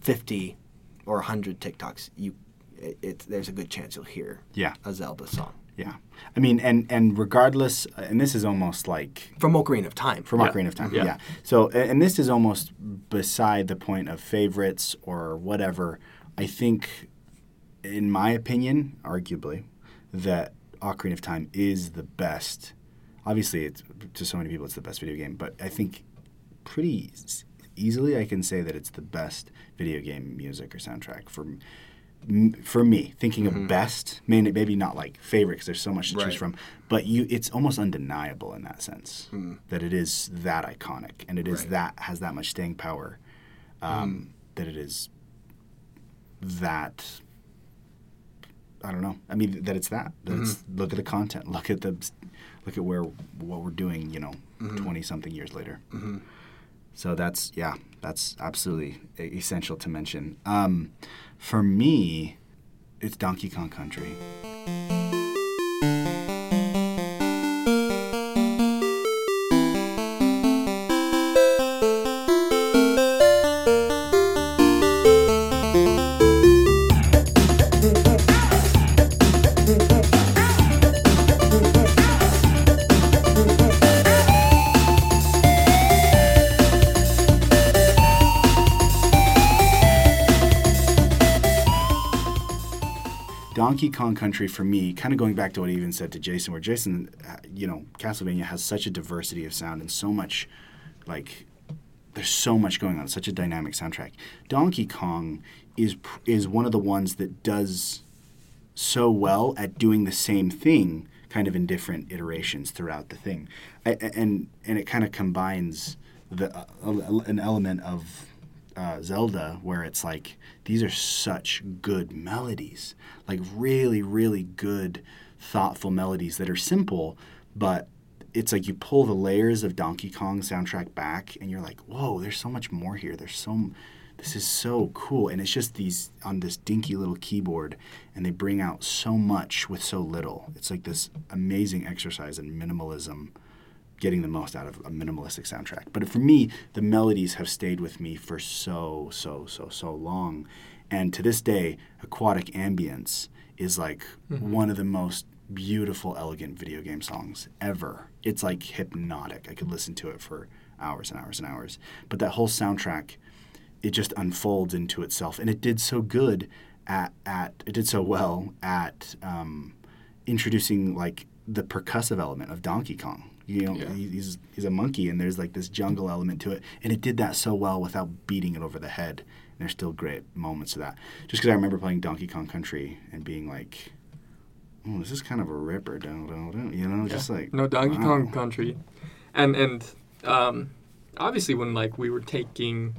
50 or 100 TikToks, you it, it's there's a good chance you'll hear
Yeah.
a Zelda song.
Yeah. I mean, and and regardless, and this is almost like
from Ocarina of Time.
from
Yeah.
Ocarina of Time. Yeah.
Yeah.
So, a- and this is almost beside the point of favorites or whatever. I think, in my opinion, arguably, that Ocarina of Time is the best. Obviously, it's, to so many people, it's the best video game, but I think pretty s- easily I can say that it's the best video game music or soundtrack for m- for me. Thinking of best, maybe maybe not like favorite because there's so much to choose
Right.
from, but you it's almost undeniable in that sense that it is that iconic and it is
Hmm. Right. Hmm.
that has that much staying power um, that it is that. I don't know. I mean, that it's that. that
Mm-hmm.
it's, look at the content. Look
Mm-hmm.
at the, look at where what we're doing. You know, 20 something years later. So that's yeah, that's absolutely e- essential to mention. Um, for me, it's Donkey Kong Country. Donkey Kong Country for me, kind of going back to what he even said to Jason, where Jason, uh, you know, Castlevania has such a diversity of sound and so much, like, there's so much going on, such a dynamic soundtrack. Donkey Kong is pr- is one of the ones that does so well at doing the same thing, kind of in different iterations throughout the thing, I, a- and and it kind of combines the uh, el- an element of uh, Zelda where it's like these are such good melodies, like really really good thoughtful melodies that are simple, but it's like you pull the layers of Donkey Kong soundtrack back, and you're like, whoa, there's so much more here. There's so, m- this is so cool, and it's just these on this dinky little keyboard, and they bring out so much with so little. It's like this amazing exercise in minimalism, getting the most out of a minimalistic soundtrack. But for me, the melodies have stayed with me for so so so so long, and to this day, Aquatic Ambience is like one of the most beautiful, elegant video game songs ever. It's like hypnotic. I could listen to it for hours and hours and hours. But that whole soundtrack, it just unfolds into itself, and it did so good at at it did so well at um, introducing like the percussive element of Donkey Kong. You know,
Yeah.
he- he's he's a monkey, and there's like this jungle element to it, and it did that so well without beating it over the head. And there's still great moments of that. Just because I remember playing Donkey Kong Country and being like, oh, this is kind of a ripper, dun, dun, dun, you know, just
Yeah.
like
no Donkey
wow.
Kong Country, and and um, obviously when like we were taking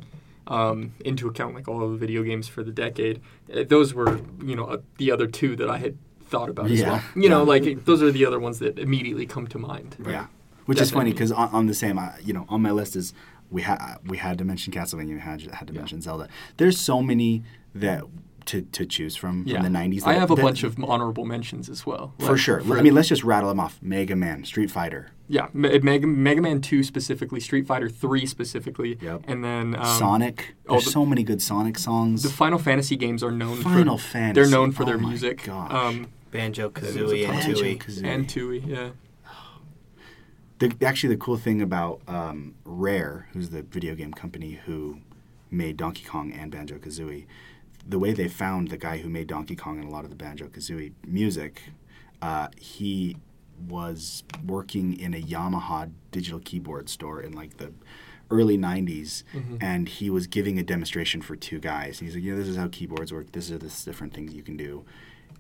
um, into account like all of the video games for the decade, eh, those were you know uh, the other two that I had thought about as
Yeah.
well. You know, like eh, those are the other ones that immediately come to mind.
Yeah, which is funny because on, on the same, uh, you know, on my list is we had we had to mention Castlevania, we had, had to mention Zelda. There's so many that to, to choose from
Yeah.
from the '90s.
I
that-
have a
that-
bunch of honorable mentions as well.
for
Like,
sure. I mean, let's just rattle them off: Mega Man, Street Fighter,
yeah, Me- Mega, Mega Man Two specifically, Street Fighter Three specifically,
Yep.
and then um,
Sonic.
oh,
There's
the-
so many good Sonic songs.
The Final Fantasy games are known.
Final
for,
Fantasy.
They're known for
Oh
their
my
music.
gosh.
Um,
Banjo
Kazooie
Kazooie and Tui.
Banjo-Kazooie.
and Tui. Yeah.
the, actually the cool thing about um, Rare, who's the video game company who made Donkey Kong and Banjo Kazooie, the way they found the guy who made Donkey Kong and a lot of the Banjo Kazooie music, uh, he was working in a Yamaha digital keyboard store in like the early 90s and he was giving a demonstration for two guys and he's like yeah this is how keyboards work this are the s- different things you can do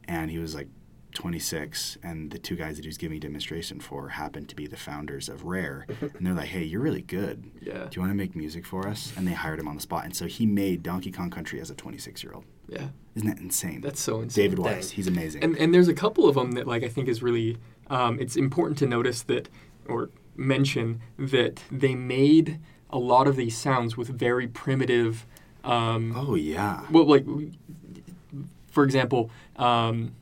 and he was like 26 and the two guys that he was giving a demonstration for happened to be the founders of
[LAUGHS]
rare and they're like hey you're really good
Yeah.
do you want to make music for us and they hired him on the spot and so he made donkey kong country as a 26 year old
Yeah.
isn't that insane
That's so insane.
david weiss he's amazing
And, and there's a couple of them that like I think is really um, it's important to notice that or mention that they made a lot of these sounds with very primitive. Um,
oh yeah
Well, like for example, um,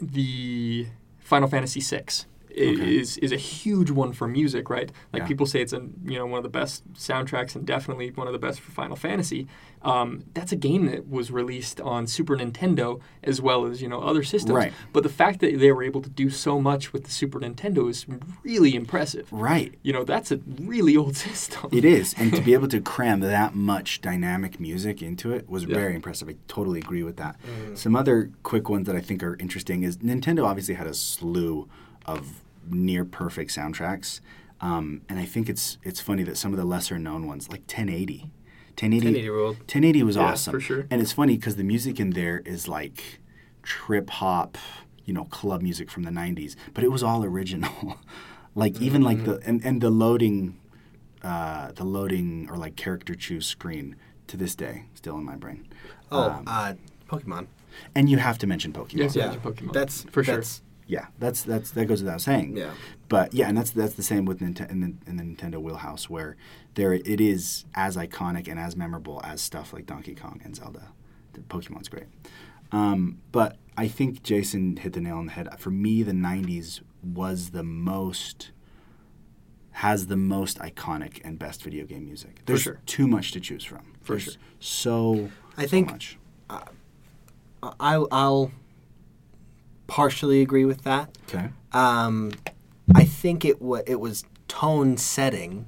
the Final Fantasy VI i-
Okay.
is is a huge one for music, right? Like
Yeah.
people say it's a you know one of the best soundtracks and definitely one of the best for Final Fantasy. Um, that's a game that was released on Super Nintendo as well as you know other systems.
Right.
But the fact that they were able to do so much with the Super Nintendo is really impressive.
right
You know that's a really old [LAUGHS] system.
[LAUGHS] It is, and to be able to cram that much dynamic music into it was very impressive. I totally agree with that. Some other quick ones that I think are interesting is Nintendo obviously had a slew of near perfect soundtracks, um, and I think it's it's funny that some of the lesser known ones like 1080, 1080,
1080 ruled.
1080 was
Yeah,
awesome
for sure.
and it's funny because the music in there is like trip hop, you know, club music from the '90s, but it was all original. [LAUGHS] like even like the
Mm-hmm.
and, and the loading, uh, the loading or like character choose screen to this day still in my brain.
Oh, uh, Pokemon.
And you have to mention Pokemon.
Yes, yeah.
Yeah.
Pokemon.
That's
For sure.
that's
Yeah, that's that's that goes without saying.
Yeah.
But yeah, and that's that's the same with Nintendo in, the- in the Nintendo wheelhouse where there it is as iconic and as memorable as stuff like Donkey Kong and Zelda. The Pokemon's great. Um, but I think Jason hit the nail on the head. For me, the '90s was the most has the most iconic and best video game music. There's
sure.
too much to choose from.
For
There's
sure.
So
I think-
so much.
I, I'll partially agree with that.
Okay.
Um, I think it wa it was tone setting.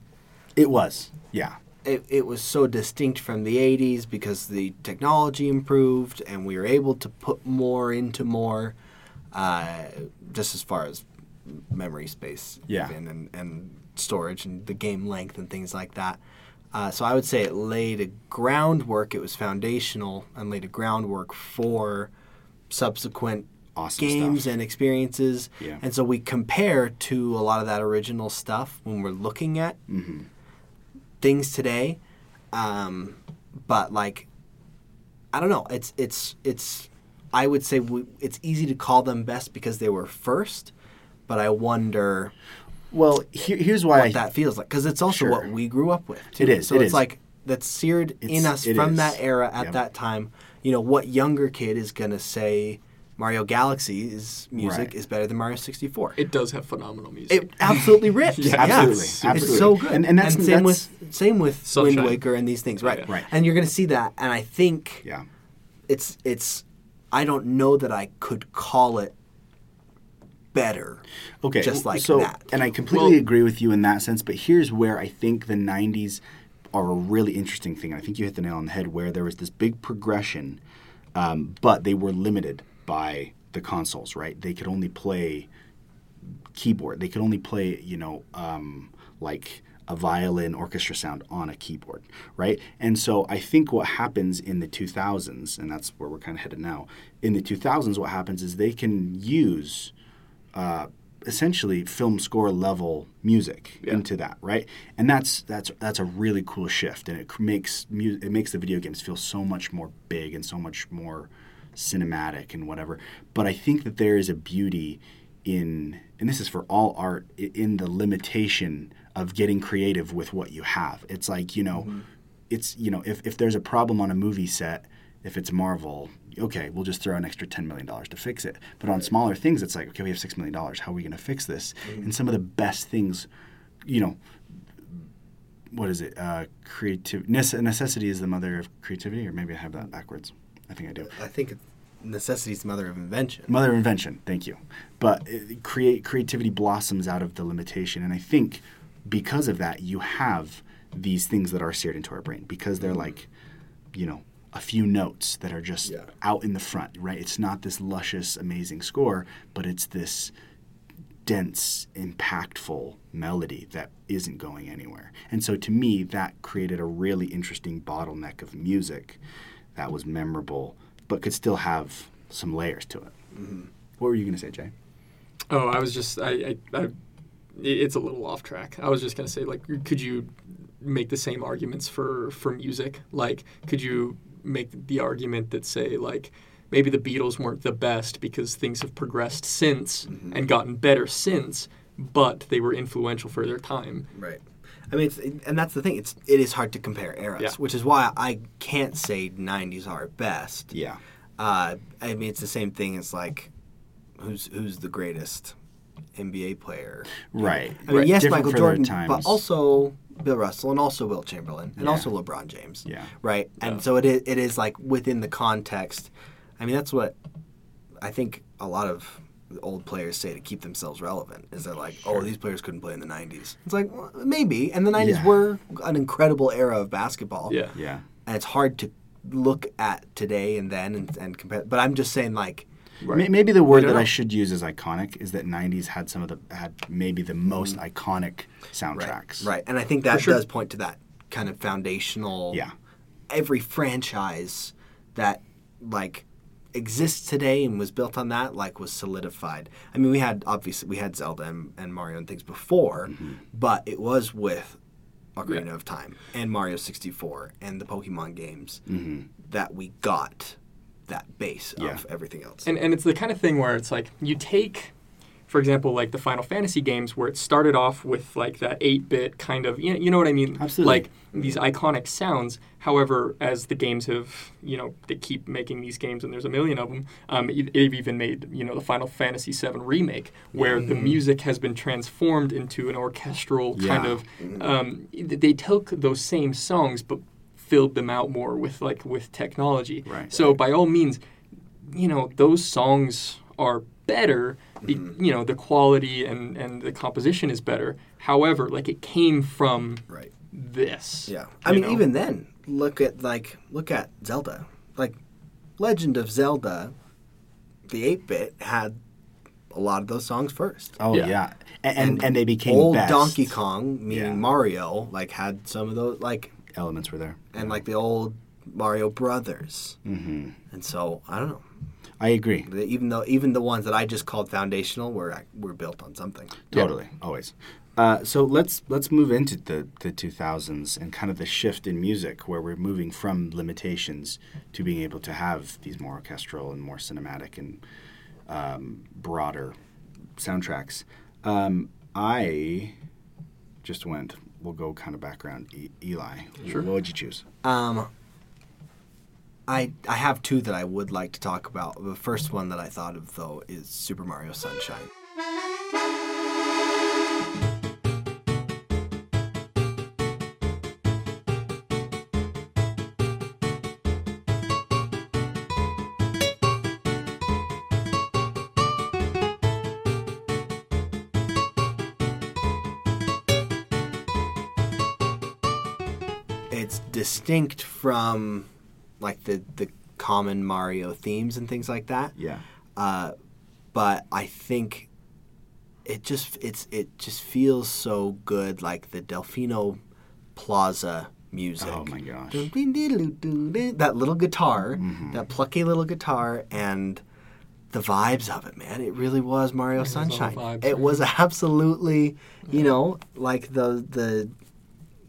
It was. Yeah.
It, it was so distinct from the 80s because the technology improved and we were able to put more into more, uh, just as far as memory space
Yeah.
even, and, and storage and the game length and things like that. Uh, so I would say it laid a groundwork. It was foundational and laid a groundwork for subsequent
Awesome
games
stuff.
and experiences.
Yeah.
And so we compare to a lot of that original stuff when we're looking at things today. Um, but like, I don't know. It's it's it's. I would say we, it's easy to call them best because they were first. But I wonder
Well, here, here's why I
what that feels like because it's also
Sure.
what we grew up with. too.
It is,
So
it
it's
is.
like that's seared
It's-
in us
it
from
is.
that era at
Yep.
that time. You know, what younger kid is gonna say Mario Galaxy's music
Right.
is better than Mario sixty four?
It does have phenomenal music.
It absolutely
[LAUGHS]
rips. yeah,
absolutely,
It's,
absolutely.
it's so good.
And- and that's-
same
that's-
with same with
Sunshine.
Wind Waker and these things, right?
Yeah.
Right.
And you're going to see that, and I think
yeah.
it's it's. I don't know that I could call it better.
okay,
just like
so,
that.
And I completely
Well-
agree with you in that sense. But here's where I think the '90s are a really interesting thing. I think you hit the nail on the head where there was this big progression, um, but they were limited by the consoles. Right? They could only play keyboard. They could only play, you know, um, like a violin orchestra sound on a keyboard, right? And so I think what happens in the 2000s, and that's where we're kind of headed now, in the 2000s, what happens is they can use uh, essentially film score level music into that, right? And that's that's that's a really cool shift, and it c- makes mu- it makes the video games feel so much more big and so much more cinematic and whatever. But I think that there is a beauty in, and this is for all art, i- in the limitation of getting creative with what you have. It's like you know, it's you know, if if there's a problem on a movie set, if it's Marvel, okay, we'll just throw an extra $10 million to fix it. But on smaller things, it's like, okay, we have $6 million. How are we going to fix this? And some of the best things, you know, what is it? Uh, creative nece- necessity is the mother of creativity, or maybe I have that backwards. I think I do.
I think necessity's the mother of invention.
Mother of invention. Thank you. But uh, create creativity blossoms out of the limitation, and I think because of that, you have these things that are seared into our brain because they're like, you know, a few notes that are just
Yeah.
out in the front, right? It's not this luscious, amazing score, but it's this dense, impactful melody that isn't going anywhere. And so to me, that created a really interesting bottleneck of music that was memorable, but could still have some layers to it.
Mm-hmm.
What were you going to say, Jay?
Oh, I was just I, I, I it's a little off track. I was just gonna say like, could you make the same arguments for for music? Like, could you make the argument that say like maybe the Beatles weren't the best because things have progressed since and gotten better since, but they were influential for their time.
Right. I mean, it's, and that's the thing. It's it is hard to compare eras,
Yeah.
which is why I can't say '90s are best.
Yeah.
Uh, I mean, it's the same thing as like, who's who's the greatest NBA player?
Right.
I mean,
right.
yes,
Different
Michael
for their
Jordan,
times.
but also Bill Russell and also Will Chamberlain and
Yeah.
also LeBron James.
Yeah.
Right. And so it is, it is like within the context. I mean, that's what I think a lot of the old players say to keep themselves relevant is they're like, oh, these players couldn't play in the 90s. It's like, well, maybe. And the 90s
Yeah.
were an incredible era of basketball
Yeah.
yeah.
and it's hard to look at today and then and, and compare. But I'm just saying, like,
May Maybe the word
don't
that I
know.
should use is iconic is that '90s had some of the had maybe the most iconic soundtracks.
Mm-hmm. right? And I think that does point to that kind of foundational.
Yeah.
Every franchise that like exists today and was built on that like was solidified. I mean, we had obviously we had Zelda and, and Mario and things before,
Mm-hmm.
but it was with Ocarina of Time and Mario 64 and the Pokemon games that we got that base
Mm-hmm. Yeah.
of everything else.
And and it's the kind of thing where it's like you take for example, like the Final Fantasy games, where it started off with like that 8 bit kind of, you know, you know what I mean?
Absolutely.
Like these iconic sounds. However, as the games have, you know, they keep making these games and there's a million of them, um, e- they've even made, you know, the Final Fantasy VII Remake, where the music has been transformed into an orchestral kind
Mm. Yeah.
of. Um, th- they took those same songs, but filled them out more with like with technology.
Right.
So by all means, you know those songs are better be, you know the quality and and the composition is better however like it came from
Right.
this
Yeah. I
you
mean,
know?
even then, look at like look at Zelda. Like Legend of Zelda, the eight bit had a lot of those songs first.
Oh yeah,
Yeah.
A- And, and they became
Old
best.
Donkey Kong, meaning
Yeah.
Mario, like had some of those like
elements were there.
and like the old Mario Brothers. Mm-hmm. And so I don't know.
I agree.
The- Even though even the ones that I just called foundational were ac- were built on something.
Totally, always. Uh, so let's let's move into the the 2000s and kind of the shift in music where we're moving from limitations to being able to have these more orchestral and more cinematic and um, broader soundtracks. Um, I just went. We'll go kind of background. E- Eli,
Sure.
what would you choose?
Um, I I have two that I would like to talk about. The first one that I thought of though is Super Mario Sunshine. it's distinct from like the the common Mario themes and things like that.
Yeah,
Uh, but I think it just it's it just feels so good, like the Delfino Plaza music.
Oh my gosh.
That little guitar, that plucky little guitar, and the vibes of it, man. It really was Mario
all
Sunshine.
vibes,
it
right?
was absolutely, you know, like the the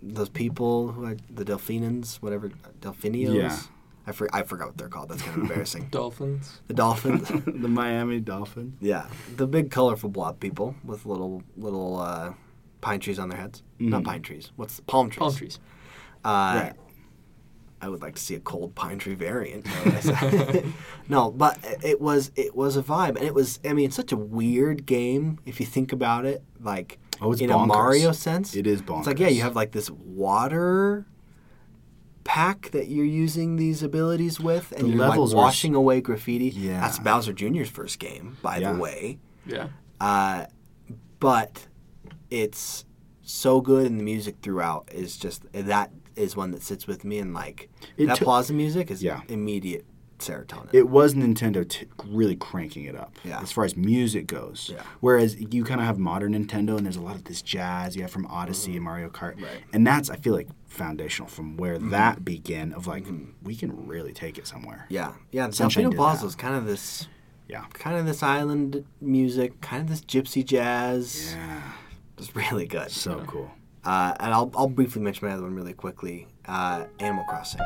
those people who are the Delphinans, whatever Delphinios.
Yeah.
I, for, I forgot what they're called. That's kind of embarrassing.
dolphins
the dolphins.
[LAUGHS] the Miami Dolphin.
Yeah, the big colorful blob people with little little uh, pine trees on their heads. Not pine trees. What's palm trees?
palm trees
Uh,
Right.
I would like to see a cold pine tree variant. [LAUGHS] no, but it was it was a vibe, and it was. I mean, it's such a weird game if you think about it. Like
Oh, it's
in
bonkers.
a Mario sense,
It is
It's like yeah,
bonkers.
you have like this water pack that you're using these abilities with, and
The
you're like
levels are s-
washing away graffiti.
Yeah.
that's Bowser Jr.'s first game, by
Yeah.
the way
yeah
uh, but it's so good and the music throughout is just that is one that sits with me and like
It
that
took-
plaza music is
Yeah.
immediate serotonin
it was Nintendo t- really cranking it up
Yeah.
as far as music goes.
Yeah.
Whereas you kind of have modern Nintendo, and there's a lot of this jazz you have from Odyssey and Mario Kart,
Mm-hmm. Right. Mm-hmm.
and that's I feel like foundational from where that began of like we can really take it somewhere.
yeah yeah the
Sunshine
Delfino
did
plaza
that.
is kind of this
Yeah.
kind of this island music kind of this gypsy jazz
Yeah.
it's really good
So cool.
uh, and I'll, I'll briefly mention my other one really quickly uh, animal crossing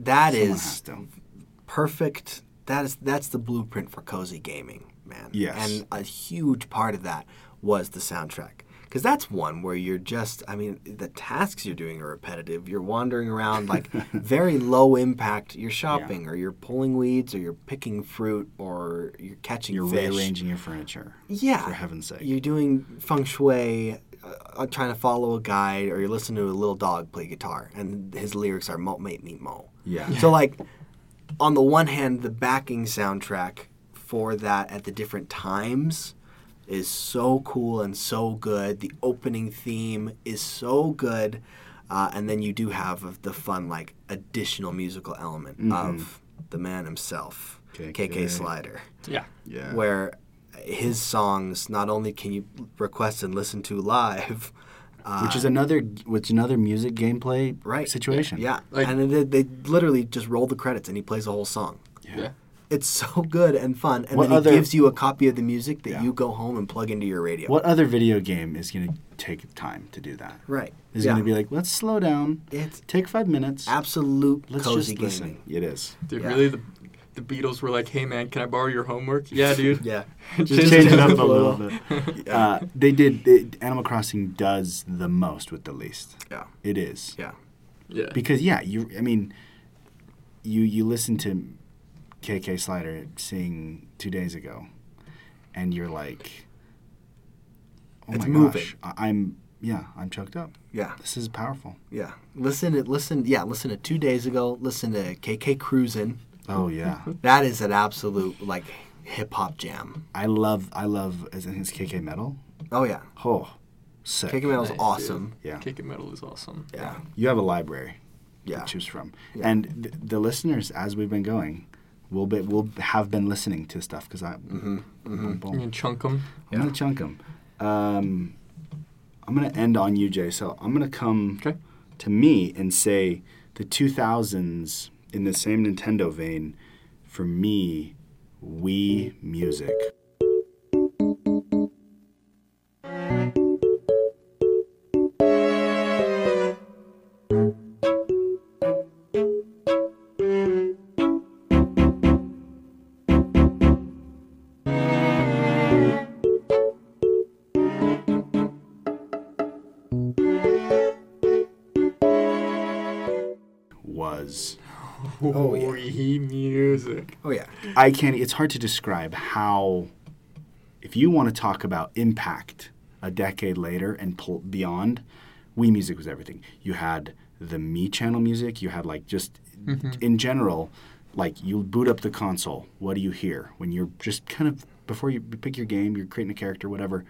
that is.
Someone has to.
perfect. That is that's the blueprint for cozy gaming, man.
Yes.
And a huge part of that was the soundtrack. Because that's one where you're just, I mean, the tasks you're doing are repetitive. You're
[LAUGHS]
wandering around like very low impact. You're shopping, or you're pulling weeds, or you're picking fruit, or you're catching
You're
fish.
rearranging your furniture.
Yeah.
For heaven's sake.
You're doing feng shui, uh, uh, trying to follow a guide, or you're listening to a little dog play guitar, and his lyrics are "mo mate me mo."
Yeah.
So like, on the one hand, the backing soundtrack for that at the different times is so cool and so good. The opening theme is so good, uh, and then you do have of the fun like additional musical element
Mm-hmm.
of the man himself,
KK.
KK Slider
yeah
yeah.
where his songs not only can you request and listen to live, [LAUGHS] Uh,
which is another which another music gameplay
Right.
situation.
yeah,
Like-
and then they, they literally just roll the credits and he plays the whole song.
yeah.
It's so [LAUGHS] good and fun, and
What
then he
other-
gives you a copy of the music that
Yeah.
you go home and plug into your radio.
What other video game is going to take time to do that?
Right.
Is going to be like, let's slow down,
It's
take five minutes,
absolute
let's
cozy
just
gaming.
listen. It [LAUGHS] is.
Dude,
Yeah.
really, the, the Beatles were like, hey, man, can I borrow your homework? Yeah, dude.
Yeah.
Just change it up a little bit. [LAUGHS] Uh, they did. They, Animal Crossing does the most with the least.
Yeah.
It is.
Yeah.
Yeah.
because yeah, you I mean, you you listen to KK Slider sing two days ago, and you're like, oh
It's
my
moving.
gosh, I, I'm yeah, I'm choked up.
Yeah.
This is powerful.
Yeah. Listen to listen. Yeah. Listen to two days ago. Listen to KK Cruisin'.
Oh yeah,
That is an absolute like hip hop jam.
[LAUGHS] I love I love as in his KK metal.
Oh yeah.
Oh, sick.
KK Metal's
Nice, dude.
awesome.
Yeah,
Kick and metal is awesome.
Yeah.
you have a library
Yeah.
to choose from,
Yeah.
and th- the listeners as we've been going. Will be, will have been listening to stuff because I,
Mm-hmm,
boom, boom.
You can chunk them.
I'm gonna chunk them. Um, I'm gonna end on you, Jay. So I'm gonna come
Okay.
to me and say the 2000s in the same Nintendo vein. For me, Wii music. was.
Oh, yeah. music.
Oh yeah.
I can't. It's hard to describe how. If you want to talk about impact a decade later and pull beyond, Wii music was everything. You had the Mi channel music. You had like just in general, like you boot up the console. What do you hear when you're just kind of before you pick your game? You're creating a character, whatever.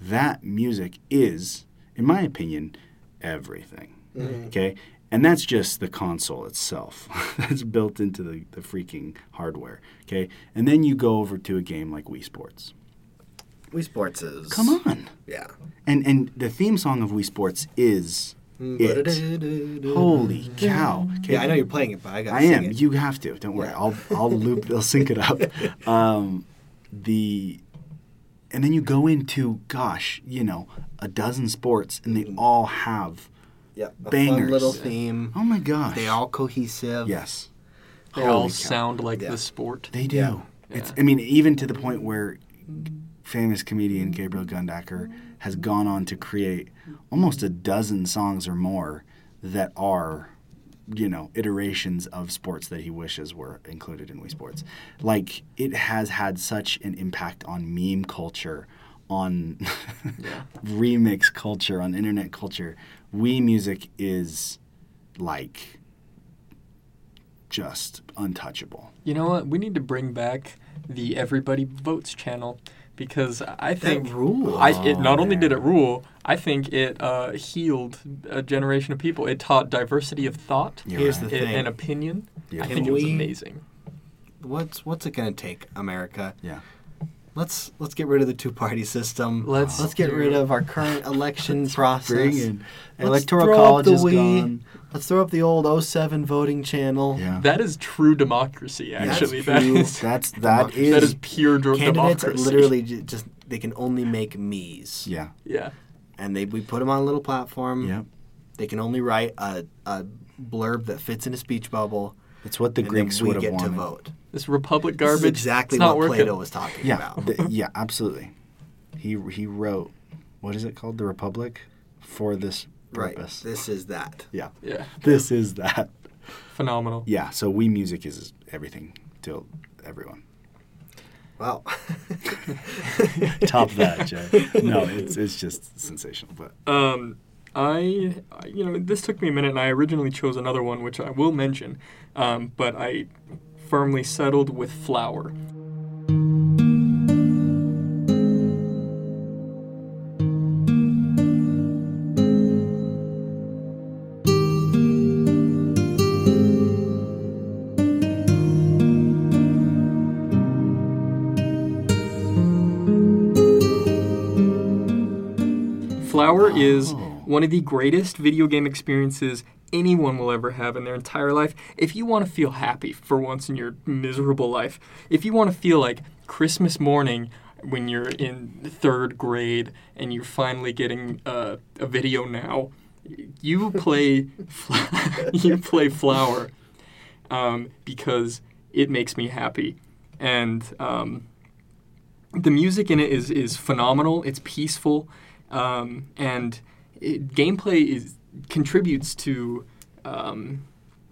That music is, in my opinion, everything. Okay? And that's just the console itself. [LAUGHS] that's built into the, the freaking hardware. Okay? And then you go over to a game like Wii Sports.
Wii Sports is.
Come on.
Yeah.
And and the theme song of Wii Sports is
Mm,
it. Holy cow. Okay?
Yeah, I know you're playing it, but I got.
I am.
It.
You have to. Don't worry. I'll I'll loop. They'll sync
[LAUGHS]
it up. Um, the and then you go into gosh, you know, a dozen sports, and they all have.
Yeah. A
Bangers.
fun little theme.
Oh my gosh.
They all cohesive.
Yes.
They
Holy
all
cow.
sound like
Yeah.
the sport.
They do.
Yeah.
It's. I mean, even to the point where famous comedian Gabriel Gundaker has gone on to create almost a dozen songs or more that are, you know, iterations of sports that he wishes were included in Wii Sports. Like it has had such an impact on meme culture, on [LAUGHS] remix culture, on internet culture. Wii music is like just untouchable.
You know what? We need to bring back the Everybody Votes channel because I
That
think
rule.
I, it not only did it rule, I think it uh, healed a generation of people. It taught diversity of thought
You're
Here's
right.
the
and,
thing.
and opinion.
Yeah.
I
Can
think it was
we-
amazing.
what's what's it gonna take, America?
Yeah.
Let's let's get rid of the two party system.
Let's
let's get
do-
rid of
[LAUGHS]
our current election process.
Bring in
Let's
electoral
throw up
college
the
is
Wii.
gone.
Let's throw up the old 07 voting channel.
Yeah.
That is true democracy. Actually, that
true.
is
That's
[LAUGHS]
that is,
that is pure dr-
Candidates
democracy.
literally ju- just they can only make me's.
yeah.
[LAUGHS] yeah.
And they we put them on a little platform.
Yep.
They can only write a, a blurb that fits in a speech bubble.
It's what the
and
Greeks
then we
would have
get
wanted.
to vote.
This republic
This
garbage.
is exactly
it's not
what
working.
Plato was talking
Yeah.
about.
the- yeah, absolutely. He he wrote what is it called? The Republic for this
Right.
purpose.
This is that.
Yeah.
Yeah,
This is that.
phenomenal.
Yeah, so we music is everything to
[LAUGHS]
everyone.
Wow.
Top that, Jay.
[LAUGHS]
No, it's it's just sensational, but
Um, I, I- you know, this took me a minute, and I originally chose another one, which I will mention, um, but I firmly settled with flower. Flower is one of the greatest video game experiences anyone will ever have in their entire life. If you want to feel happy for once in your miserable life, if you want to feel like Christmas morning when you're in third grade and you're finally getting uh, a video now, you play [LAUGHS] Fl- [LAUGHS] you play Flower um, because it makes me happy, and um, the music in it is is phenomenal. It's peaceful, um, and it, gameplay is contributes to um,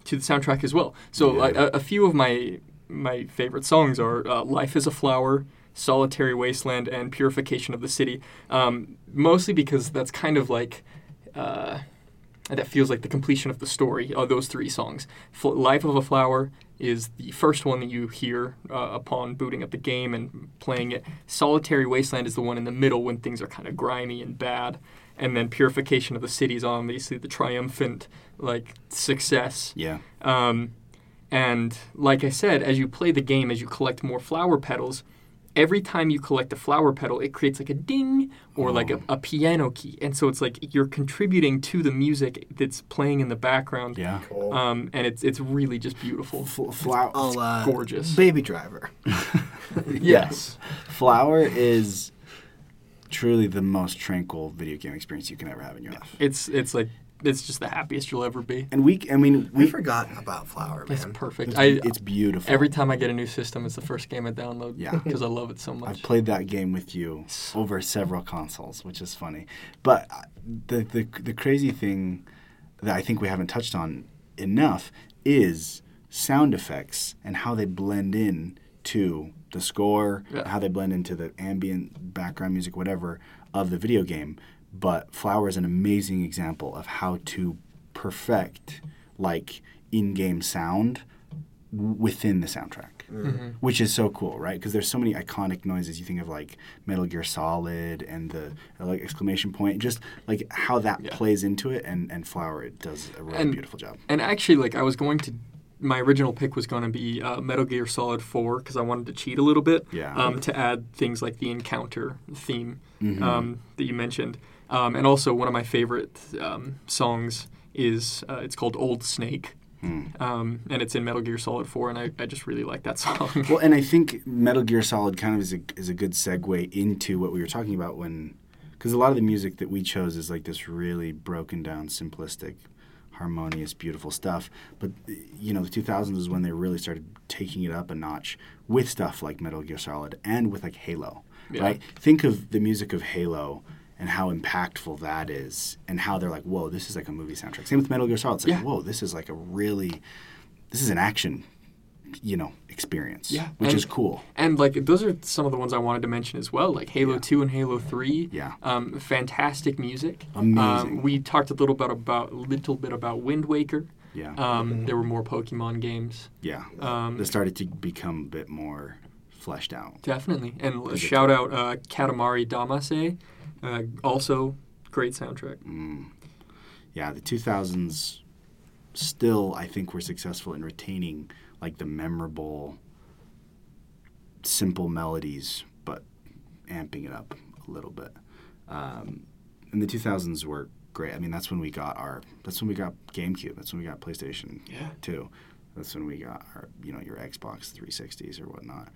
to the soundtrack as well. So like, a, a few of my my favorite songs are uh, "Life Is a Flower," "Solitary Wasteland," and "Purification of the City." Um, mostly because that's kind of like uh, that feels like the completion of the story of those three songs. Fl- "Life of a Flower" is the first one that you hear uh, upon booting up the game and playing it. "Solitary Wasteland" is the one in the middle when things are kind of grimy and bad, and then "Purification of the City" is obviously the triumphant like success.
Yeah.
Um, and like I said, as you play the game, as you collect more flower petals, every time you collect a flower petal, it creates like a ding or like
Oh.
a, a piano key. And so it's like you're contributing to the music that's playing in the background.
Yeah.
Um, and it's it's really just beautiful,
F- flower.
I'll, uh,
gorgeous.
Baby Driver.
Yes. [LAUGHS] Flower is truly the most tranquil video game experience you can ever have in your life.
It's it's like it's just the happiest you'll ever be.
And we, I mean,
We
we.
forgot about Flower,
It's
man.
perfect.
It's,
I
it's beautiful.
every time I get a new system, it's the first game I download. [LAUGHS]
Yeah.
because I love it so
I've
much.
played that game with you over several consoles, which is funny. But uh, the, the the crazy thing that I think we haven't touched on enough is sound effects and how they blend in to the score,
Yeah.
how they blend into the ambient background music, whatever of the video game. But Flower is an amazing example of how to perfect like in-game sound w- within the soundtrack
Mm-hmm.
which is so cool, right? Because there's so many iconic noises. You think of like Metal Gear Solid and the uh, like exclamation point, just like how that
Yeah.
plays into it. And and Flower it does a really
And-
beautiful job.
And actually, like I was going to, my original pick was going to be uh, Metal Gear Solid Four because I wanted to cheat a little bit.
Yeah.
Um, to add things like the encounter theme um, that you mentioned, um, and also one of my favorite um, songs is uh, it's called Old Snake, um, and it's in Metal Gear Solid Four, and I, I just really like that [LAUGHS] song.
[LAUGHS] Well, and I think Metal Gear Solid kind of is a, is a good segue into what we were talking about when, because a lot of the music that we chose is like this really broken down, simplistic, harmonious, beautiful stuff. But you know, the 2000s is when they really started taking it up a notch with stuff like Metal Gear Solid and with like Halo,
Yeah.
right? Think of the music of Halo. And how impactful that is, and how they're like, whoa, this is like a movie soundtrack. Same with Metal Gear Solid. It's like,
Yeah.
whoa, this is like a really, this is an action you know experience
Yeah,
which
and-
is cool
And like those are some of the ones I wanted to mention as well, like Halo Two and Halo Three.
Yeah.
Um, fantastic music.
Amazing.
Um, we talked a little bit about little bit about Wind Waker.
Yeah.
Um, there were more Pokemon games.
yeah
Um,
they started to become a bit more fleshed out
Definitely. And l- shout out uh, Katamari Damacy, uh, also great soundtrack.
Mm. yeah the 2000s still i think were successful in retaining like the memorable simple melodies but amping it up a little bit um, and the 2000s were great i mean that's when we got our that's when we got gamecube that's when we got playstation
Yeah.
2 that's when we got our you know your xbox 360s or whatnot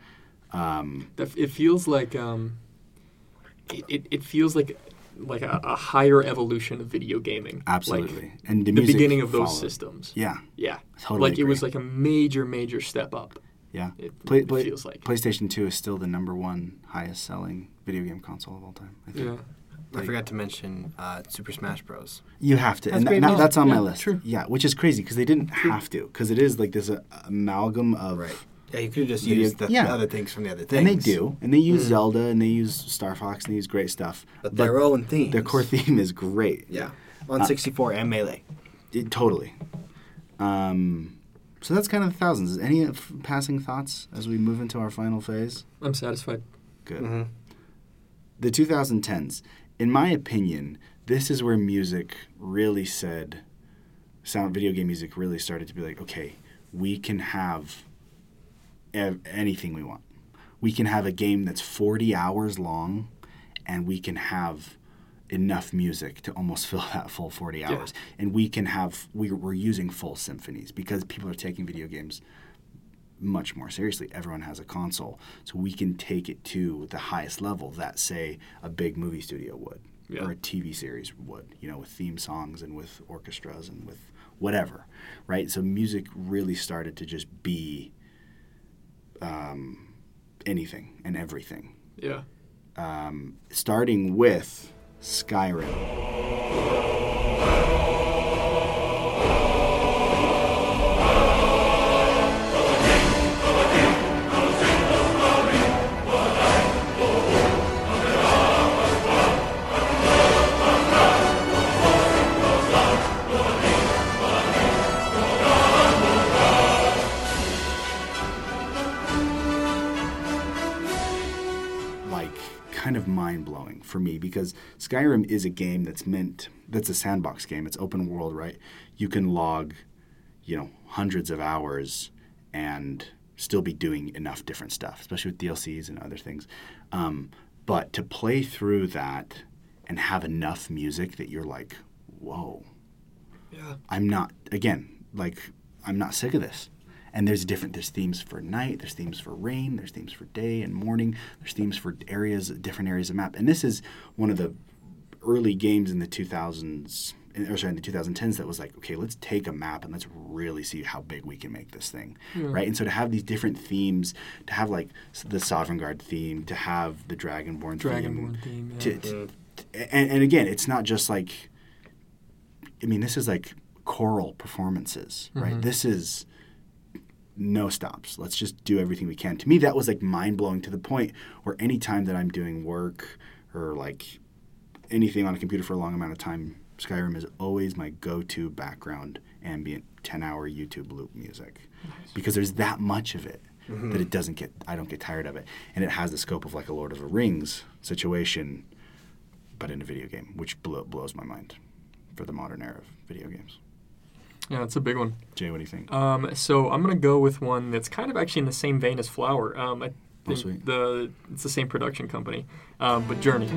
um,
That- It feels like um, it- it, it feels like like a, a higher evolution of video gaming. Like,
Absolutely. and the,
the
music
beginning of those
followed.
systems.
Yeah,
Yeah.
Totally
like it was
agree.
like a major, major step up.
yeah.
It,
Play,
it
play,
feels like.
PlayStation 2 is still the number one highest selling video game console of all time. I think.
yeah.
I forgot to mention uh, Super Smash Bros.
You have to. and
great
that-
news.
that's on my
Yeah,
list.
true.
Yeah, which is crazy because they didn't have to because it is like this uh, amalgam of.
Yeah, you could have just
Video-
used the
yeah.
other things from the other things.
And they do. And they use Zelda and they use Star Fox and they use great stuff.
But their own themes.
Their core theme is great.
Yeah. On 64 and Melee.
It- totally. Um, so that's kind of the thousands. Any uh, f- passing thoughts as we move into our final phase?
I'm satisfied.
Good.
Mm-hmm.
The 2010s, in my opinion, this is where music really said, sound video game music really started to be like, okay, we can have ev- anything we want. We can have a game that's 40 hours long, and we can have enough music to almost [LAUGHS] fill that full 40
Yeah.
hours. And we can have, we, we're using full symphonies because people are taking video games much more seriously. Everyone has a console. So we can take it to the highest level that, say, a big movie studio would
Yeah.
or a TV series would, you know, with theme songs and with orchestras and with whatever, right? So music really started to just be um, anything and everything
Yeah.
um, starting with Skyrim. like kind of mind blowing for me because Skyrim is a game that's meant that's a sandbox game. It's open world, right? You can log, you know, hundreds of hours and still be doing enough different stuff, especially with DLCs and other things. Um, but to play through that and have enough music that you're like, whoa,
Yeah.
I'm not again like I'm not sick of this. And there's different there's themes for night, there's themes for rain, there's themes for day and morning, there's themes for areas different areas of map. And this is one of the early games in the 2000s in- or sorry in the 2010s that was like okay let's take a map and let's really see how big we can make this thing right and so to have these different themes to have like s- the sovereign guard theme to have the dragonborn, theme,
Dragonborn theme.
to,
Yeah.
to, and, and again, it's not just like, I mean, this is like choral performances, right? This is no stops. Let's just do everything we can. To me, that was like mind blowing to the point where any time that I'm doing work or like anything on a computer for a long amount of time, Skyrim is always my go to background ambient 10 hour YouTube loop music because there's that much of it that it doesn't get, I don't get tired of it. And it has the scope of like a Lord of the Rings situation, but in a video game, which blow, blows my mind for the modern era of video games.
yeah, that's a big one.
Jay, what do you think?
Um, so I'm gonna go with one that's kind of actually in the same vein as Flower. Um, I think
Oh, sweet.
the it's the same production company, um, but Journey.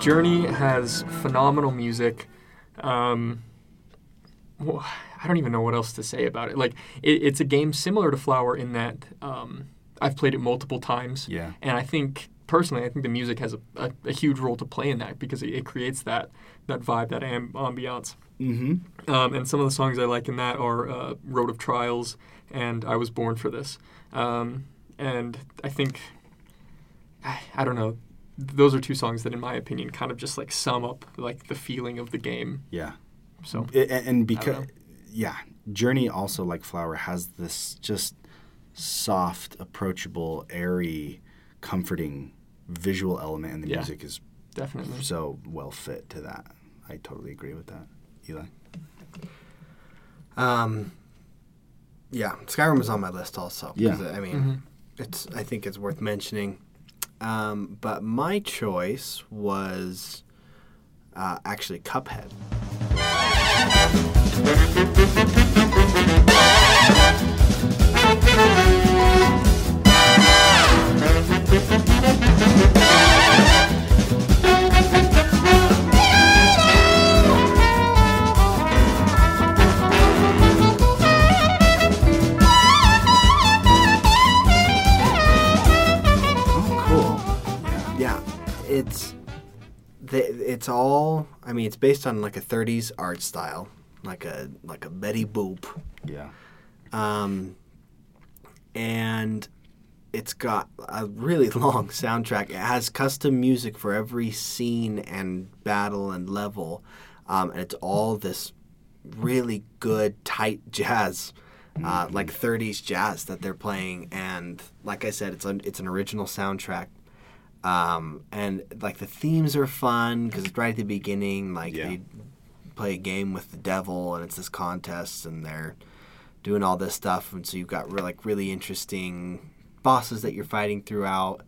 Journey has phenomenal music. Um, wh- I don't even know what else to say about it. Like, it, it's a game similar to Flower in that um, I've played it multiple times.
Yeah.
And I think personally, I think the music has a, a, a huge role to play in that because it, it creates that that vibe, that am- ambiance.
Mm-hmm.
Um, and some of the songs I like in that are uh, Road of Trials and I Was Born for This. Um, and I think, I, I don't know, those are two songs that, in my opinion, kind of just like sum up like the feeling of the game.
Yeah.
So,
A- and, and
I don't
because
know.
yeah journey also like flower has this just soft approachable airy comforting visual element and the
Yeah.
music is
definitely.
so well fit to that i totally agree with that eli
Um, yeah, Skyrim is on my list also. 'cause,
Yeah.
I mean,
Mhm.
it's. I think it's worth mentioning. Um, but my choice was uh, actually Cuphead.
oh cool
Yeah, it's the, it's all. I mean, it's based on like a '30s art style, like a like a Betty Boop,
yeah
um, and it's got a really [LAUGHS] long soundtrack. It has custom music for every scene and battle and level, um, and it's all this really good tight jazz. Uh, like 30s jazz that they're playing, and like I said, it's an it's an original soundtrack um, and like the themes are fun because it's right at the beginning. Like
Yeah.
they play a game with the devil, and it's this contest, and they're doing all this stuff, and so you've got re- like really interesting bosses that you're fighting throughout,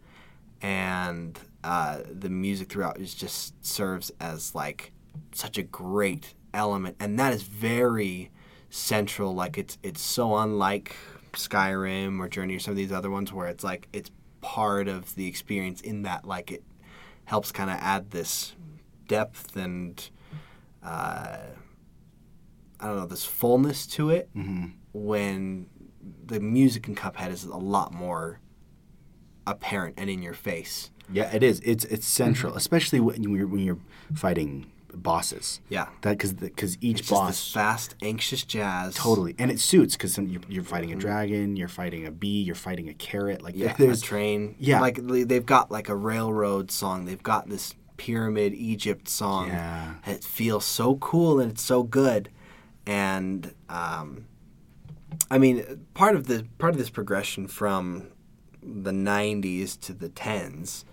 and uh, the music throughout is just serves as like such a great element, and that is very central. Like it's it's so unlike Skyrim or Journey or some of these other ones where it's like it's part of the experience in that like it helps kind of add this depth and uh, I don't know this fullness to it
Mm-hmm.
when the music in Cuphead is a lot more apparent and in your face.
Yeah, it is. It's it's central,
Mm-hmm.
especially when you're when you're fighting bosses.
Yeah.
that because because each
It's just this
boss
fast, anxious jazz.
totally and it suits because you're, you're fighting a dragon, you're fighting a bee, you're fighting a carrot. Like
Mm. Yeah,
[LAUGHS] there's
a train.
yeah.
like they- they've got like a railroad song. They've got this pyramid Egypt song.
Yeah.
and it feels so cool and it's so good. And um, I mean, part of the part of this progression from the '90s to the '10s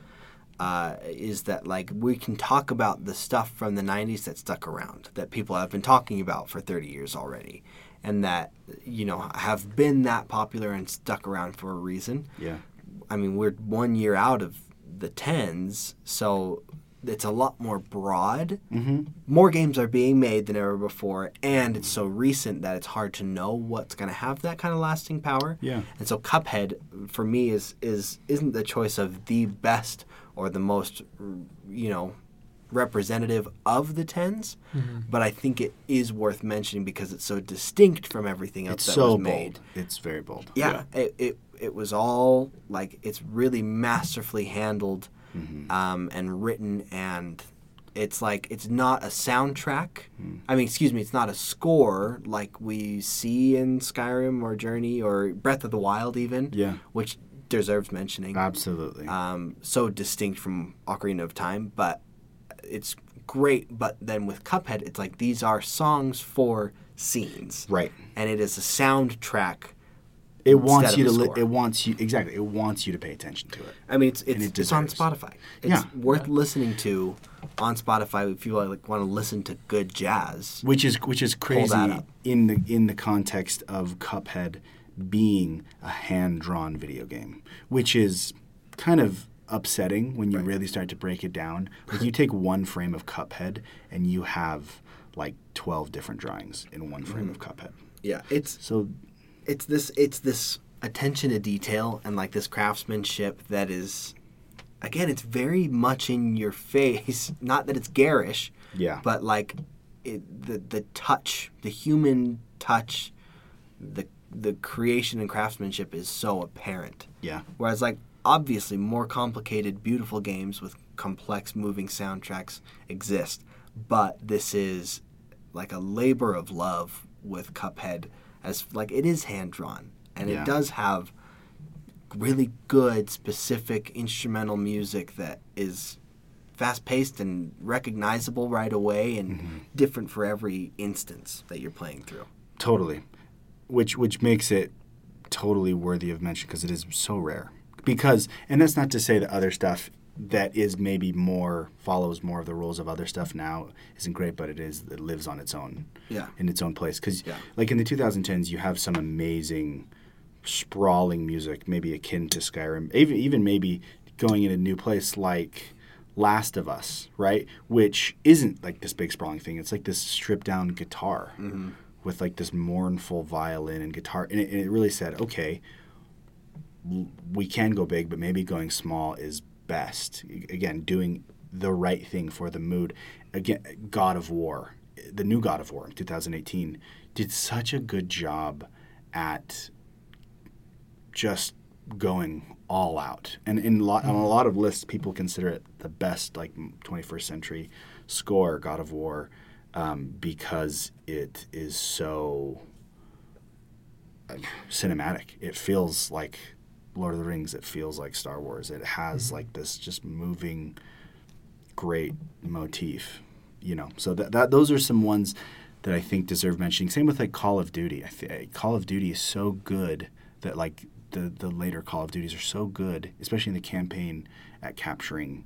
uh, is that like we can talk about the stuff from the 90s that stuck around that people have been talking about for 30 years already and that you know have been that popular and stuck around for a reason
yeah.
i mean we're one year out of the 10s so it's a lot more broad mm-hmm. more games are being made than ever before and it's so recent that it's hard to know what's going to have that kind of lasting power
Yeah.
and so Cuphead for me is is isn't the choice of the best or the most you know representative of the 10s but I think it is worth mentioning because it's so distinct from everything else
It's
that
so
was made.
bold. It's very bold.
Yeah, It, it it was all like it's really masterfully handled
Mm-hmm.
um, and written and it's like it's not a soundtrack.
Mm.
I mean, excuse me, it's not a score like we see in Skyrim or Journey or Breath of the Wild even.
Yeah. Ah.
Which deserves mentioning
Absolutely.
um, so distinct from Ocarina of Time, but it's great. But then with Cuphead, it's like these are songs for scenes,
Right.
And it is a soundtrack.
it wants
instead
you to
of the
li-
score.
it wants you exactly. It wants you to pay attention to it.
I mean, it's it's,
it
it's on
deserves.
Spotify. It's
Yeah.
worth listening to on Spotify if you like want to listen to good jazz.
which is which is crazy
that up.
in the in the context of Cuphead being a hand drawn video game, which is kind of upsetting when you really start to break it down. Like you take one frame of Cuphead and you have like twelve different drawings in one
Mm-hmm.
frame of Cuphead.
Yeah, it's
So
it's this it's this attention to detail and like this craftsmanship that is again it's very much in your face [LAUGHS] not that it's garish
Yeah.
but like it, the the touch the human touch the the creation and craftsmanship is so apparent
yeah,
whereas like obviously more complicated beautiful games with complex moving soundtracks exist but this is like a labor of love with cuphead as like it is hand drawn and
Yeah.
it does have really good specific instrumental music that is fast paced and recognizable right away and
Mm-hmm.
different for every instance that you're playing through
totally. Which which makes it totally worthy of mention because it is so rare. Because and that's not to say that other stuff that is maybe more follows more of the rules of other stuff now isn't great, but it is it lives on its own.
Yeah.
In its own place. Because
Yeah.
like in the 2010s, you have some amazing sprawling music, maybe akin to Skyrim, even even maybe going in a new place like Last of Us, right? Which isn't like this big sprawling thing. It's like this stripped down guitar
Mm-hmm.
with like this mournful violin and guitar, and it, and it really said, okay, w- we can go big, but maybe going small is best. A- Again, doing the right thing for the mood. Again, God of War, the new God of War, 2018, did such a good job at just going all out. And in lot, on a lot of lists, people consider it the best like 21st century score, God of War, um, because it is so uh, cinematic. It feels like Lord of the Rings. It feels like Star Wars. It has like this just moving, great motif. You know, so that, that those are some ones that I think deserve mentioning. Same with like Call of Duty. I th- eh, Call of Duty is so good that like the the later Call of Duties are so good, especially in the campaign, at capturing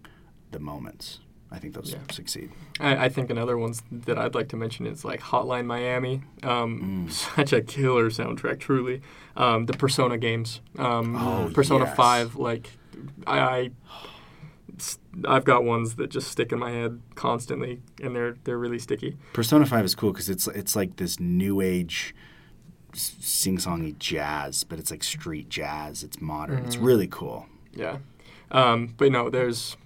the moments. I think those
Yeah.
succeed.
I, I think another ones that I'd like to mention is like Hotline Miami. Um,
Mm.
[LAUGHS] Such a killer soundtrack, truly. Um, the Persona games, um,
Oh,
Persona
yes.
Five. Like, I, I s- I've got ones that just stick in my head constantly, and they're they're really sticky.
Persona Five is cool because it's it's like this new age sing songy jazz, but it's like street jazz. It's modern.
Mm-hmm.
It's really cool.
Yeah. Um, but no, there's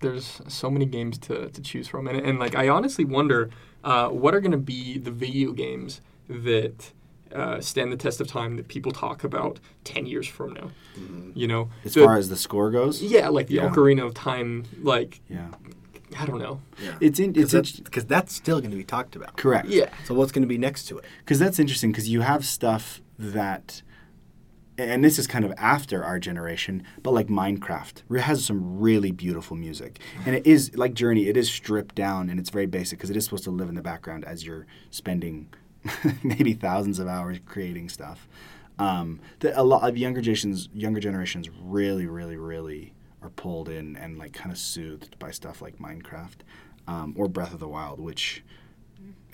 there's so many games to, to choose from, and, and like I honestly wonder uh, what are going to be the video games that uh, stand the test of time that people talk about ten years from now. You know,
As
The-
far as the score goes,
yeah, like the
Yeah.
Ocarina of Time, like
yeah,
I don't know.
Yeah.
it's in,
Because
it's
that's,
in,
'cause that's still going to be talked about.
correct.
Yeah,
So what's going to be next to it?
because that's interesting because you have stuff that and this is kind of after our generation but like minecraft re- has some really beautiful music and it is like journey it is stripped down and it's very basic because it is supposed to live in the background as you're spending [LAUGHS] maybe thousands of hours creating stuff um, that a lot of younger generations younger generations really really really are pulled in and like kind of soothed by stuff like minecraft um, or breath of the wild which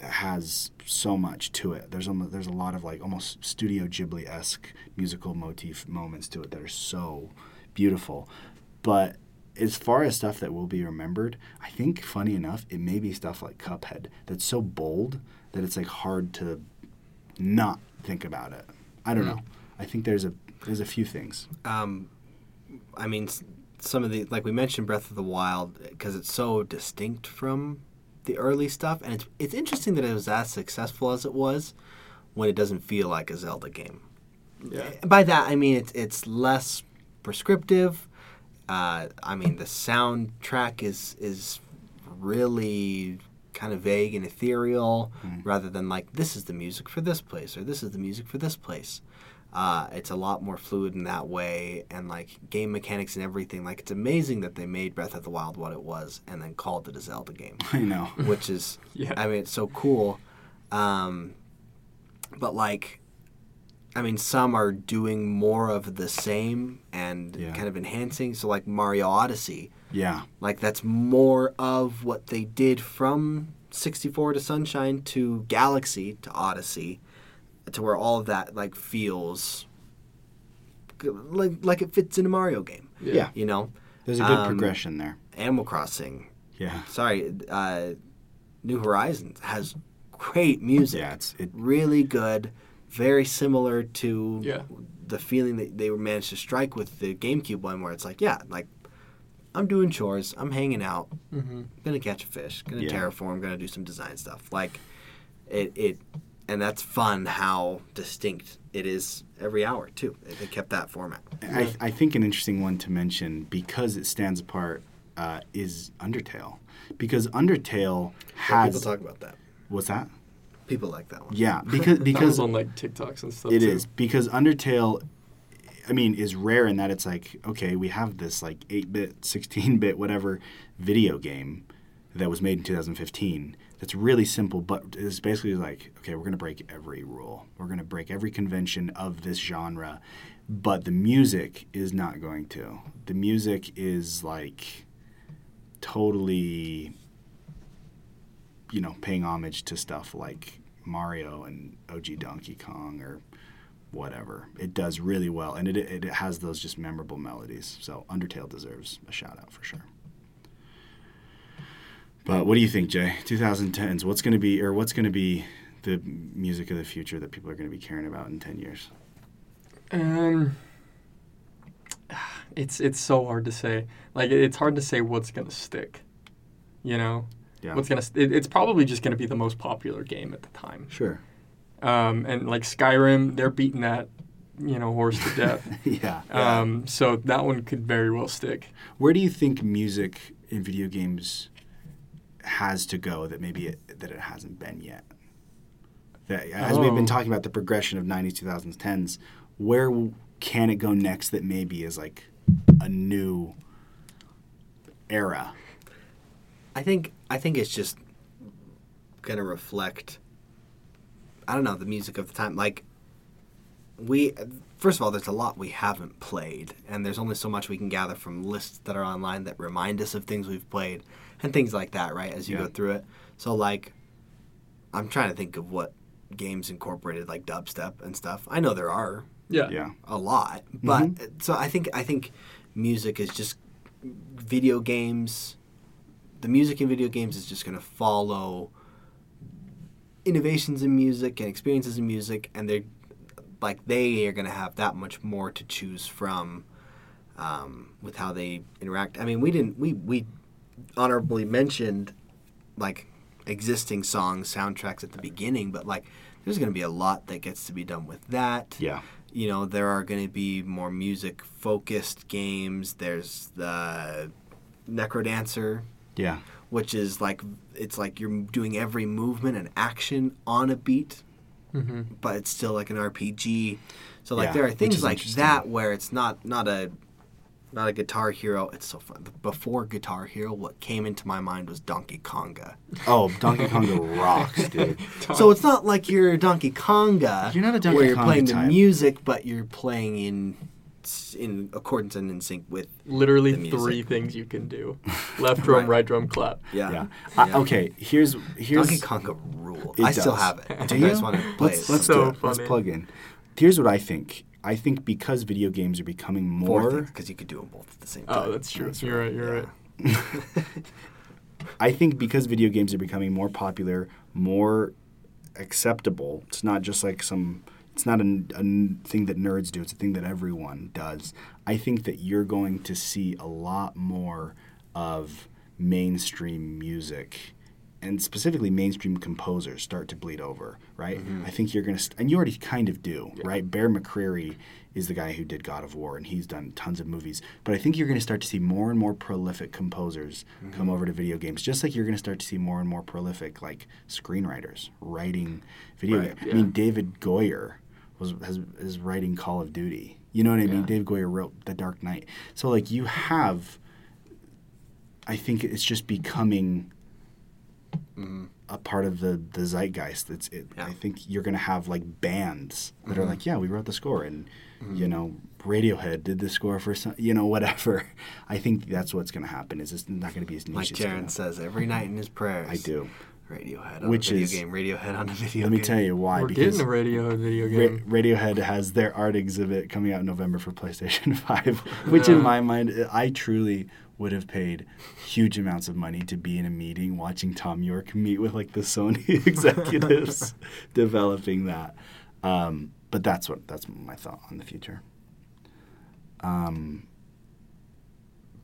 has so much to it. There's almost, there's a lot of like almost Studio Ghibli esque musical motif moments to it that are so beautiful. But as far as stuff that will be remembered, I think funny enough, it may be stuff like Cuphead that's so bold that it's like hard to not think about it. I don't know. I think there's a there's a few things. [LAUGHS]
Um, I mean, s- some of the like we mentioned, Breath of the Wild, because it's so distinct from the early stuff, and it's it's interesting that it was as successful as it was when it doesn't feel like a Zelda game.
yeah.
By that I mean it's it's less prescriptive. Uh, I mean the soundtrack is is really kind of vague and ethereal, rather than like this is the music for this place or this is the music for this place. Uh, it's a lot more fluid in that way, and like game mechanics and everything. Like it's amazing that they made Breath of the Wild what it was, and then called it a Zelda game
I know.
which is
Yeah.
I mean it's so cool. Um, but like I mean some are doing more of the same and
Yeah.
kind of enhancing so like Mario Odyssey
Yeah.
like that's more of what they did from 64 to Sunshine to Galaxy to Odyssey to where all of that like feels g- like like it fits in a Mario game.
Yeah.
Yeah.
You know,
There's a good
Um,
progression there.
Animal Crossing
Yeah.
sorry, uh, New Horizons has great music.
Yeah, it's- it-
really good, very similar to
Yeah.
the feeling that they managed to strike with the GameCube one, where it's like, yeah, like I'm doing chores, I'm hanging out,
hmm
gonna catch a fish, gonna
Yeah.
terraform, gonna do some design stuff. Like it, it, and that's fun how distinct it is every hour too. They- They kept that format.
I, I think an interesting one to mention because it stands apart uh, is Undertale, because Undertale
people
has
talk about that.
what's that?
People like that one.
Yeah,
[LAUGHS]
because
Because
because
on like TikToks and stuff.
it
too.
is because Undertale, I mean, is rare in that it's like okay, we have this like eight bit, sixteen bit, whatever video game that was made in 2015. That's really simple, but it's basically like okay, we're gonna break every rule, we're gonna break every convention of this genre, but the music is not going to. The music is like totally you know, paying homage to stuff like Mario and OG Donkey Kong or whatever. It does really well, and it, it, it has those just memorable melodies. So Undertale deserves a shout out for sure. But what do you think, Jay? 2010s. What's going to be, or what's going to be the music of the future that people are going to be caring about in 10 years?
Um, it's it's so hard to say. Like it- it's hard to say what's gonna stick. You know,
Yeah.
what's gonna? St- it, it's probably just gonna be the most popular game at the time.
sure.
Um, and like Skyrim, they're beating that, you know, horse to death.
[LAUGHS] [LAUGHS] yeah.
Yeah.
Um, so that one could very well stick.
Where do you think music in video games has to go that maybe it, that it hasn't been yet? That, as we've been
Oh.
talking about the progression of 90s, 2000s, 10s, where w- can it go next that maybe is like a new era?
I think I think it's just gonna reflect. I don't know the music of the time. Like we first of all there's a lot we haven't played and there's only so much we can gather from lists that are online that remind us of things we've played and things like that right as you
Yeah.
go through it so like i'm trying to think of what games incorporated like dubstep and stuff i know there are
Yeah.
Yeah.
a lot but so i think i think music is just video games the music in video games is just going to follow innovations in music and experiences in music and they're like they are going to have that much more to choose from um, with how they interact i mean we didn't we we honorably mentioned like existing songs soundtracks at the beginning but like there's going to be a lot that gets to be done with that
Yeah.
you know there are going to be more music focused games there's the necrodancer
Yeah.
which is like it's like you're doing every movement and action on a beat
Mm-hmm.
but it's still like an rpg so like
Yeah,
there are
which
things
is
like
interesting.
that where it's not not a not a guitar hero it's so fun before guitar hero what came into my mind was donkey konga
Oh, Donkey [LAUGHS] Kong rocks, dude.
so it's not like you're Donkey Konga.
You're not a Donkey
where you're
Konga
playing
type.
the music, but you're playing in in accordance and in sync with.
literally
The music.
three things you can do: left drum, right. drum, clap.
Yeah.
Yeah. I- okay, here's here's
Donkey Konga rule.
It
I still
does.
[LAUGHS] have it.
Do
you guys
you?
want to play
let's
it
let's
So
do it. Let's
funny.
plug in. Here's what I think. I think because video games are becoming more
because you could do them both at the same time.
Oh, that's true. you're right. You're right.
I think because video games are becoming more popular, more acceptable. It's not just like some. It's not a, n- a n- thing that nerds do. It's a thing that everyone does. I think that you're going to see a lot more of mainstream music, and specifically mainstream composers start to bleed over. Right. I think you're gonna, st- and you already kind of do. Right. Bear McCreary is the guy who did God of War, and he's done tons of movies. But I think you're going to start to see more and more prolific composers come over to video games, just like you're going to start to see more and more prolific like screenwriters writing video.
Right,
games. I mean, David Goyer was has, is writing Call of Duty. You know what I mean? David Goyer wrote The Dark Knight. So like you have, I think it's just becoming. A part of the, the zeitgeist. It's it,
Mm-hmm. Yeah. Mm-hmm.
I think you're gonna have like bands that are like, yeah, we wrote the score, and you know, Radiohead did the score for some, you know, whatever. [LAUGHS] I think that's what's gonna happen. Is it's not gonna be as niche.
Like
as gonna-
Jaron says every night in his prayers.
I do.
Radiohead on
Which
a video
is-
game. Radiohead on a video
Let
game.
me tell you why.
We're
because
getting a radio video
Ra-
game.
Radiohead has their art exhibit coming out in November for PlayStation [LAUGHS]
[LAUGHS]
5, which in
Yeah.
my mind, I truly would have paid huge amounts of money to be in a meeting watching Tom York meet with like the Sony [LAUGHS]
[LAUGHS]
executives developing that. Um, but that's what that's my thought on the future. Um,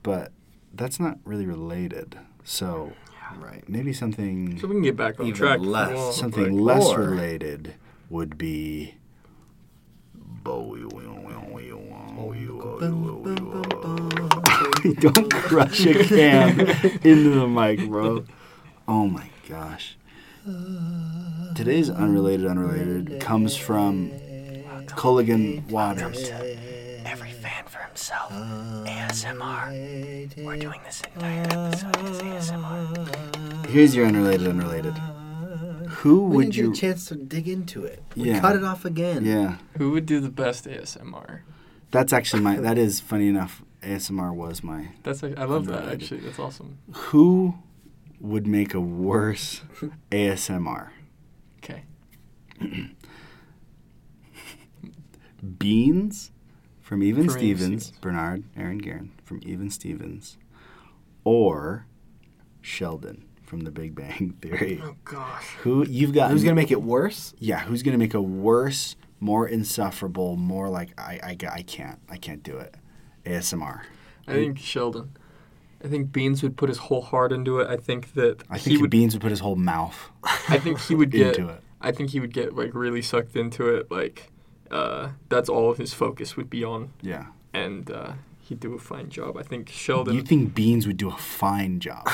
but that's not really related. So
Right.
maybe something
So we can get back on
Even
track.
less.
Whoa,
something
like-
less
or-
related would be [LAUGHS] don't crush a can into the mic bro oh my gosh today's unrelated unrelated comes from culligan waters
Every fan for himself. ASMR. We're doing this entire episode as ASMR.
here's your unrelated unrelated who
We
would
didn't
you
get a chance to dig into it. We
Yeah.
cut it off again.
yeah
Who would do the best ASMR?
that's actually my that is funny enough asmr was my
That's like, I love that
Unrelated.
actually. That's awesome.
who would make a worse ASMR?
Okay.
Beans from Even
From Even
Stevens,
Stevens.
Bernard, Aaron Guerin from Even Stevens, or Sheldon from The Big Bang Theory.
Oh gosh.
Who you've got?
Who's gonna make it worse?
Yeah, who's gonna make a worse, more insufferable, more like I, I, ca- I can't, I can't do it. ASMR.
I think Sheldon. I think Beans would put his whole heart into it. I think that
I
he
think
would.
Beans would put his whole mouth
I think
[LAUGHS]
he would get.
into it.
I think he would get like really sucked into it. Like, uh, that's all of his focus would be on,
Yeah.
and uh, he'd do a fine job. I think Sheldon.
You think Beans would do a fine job?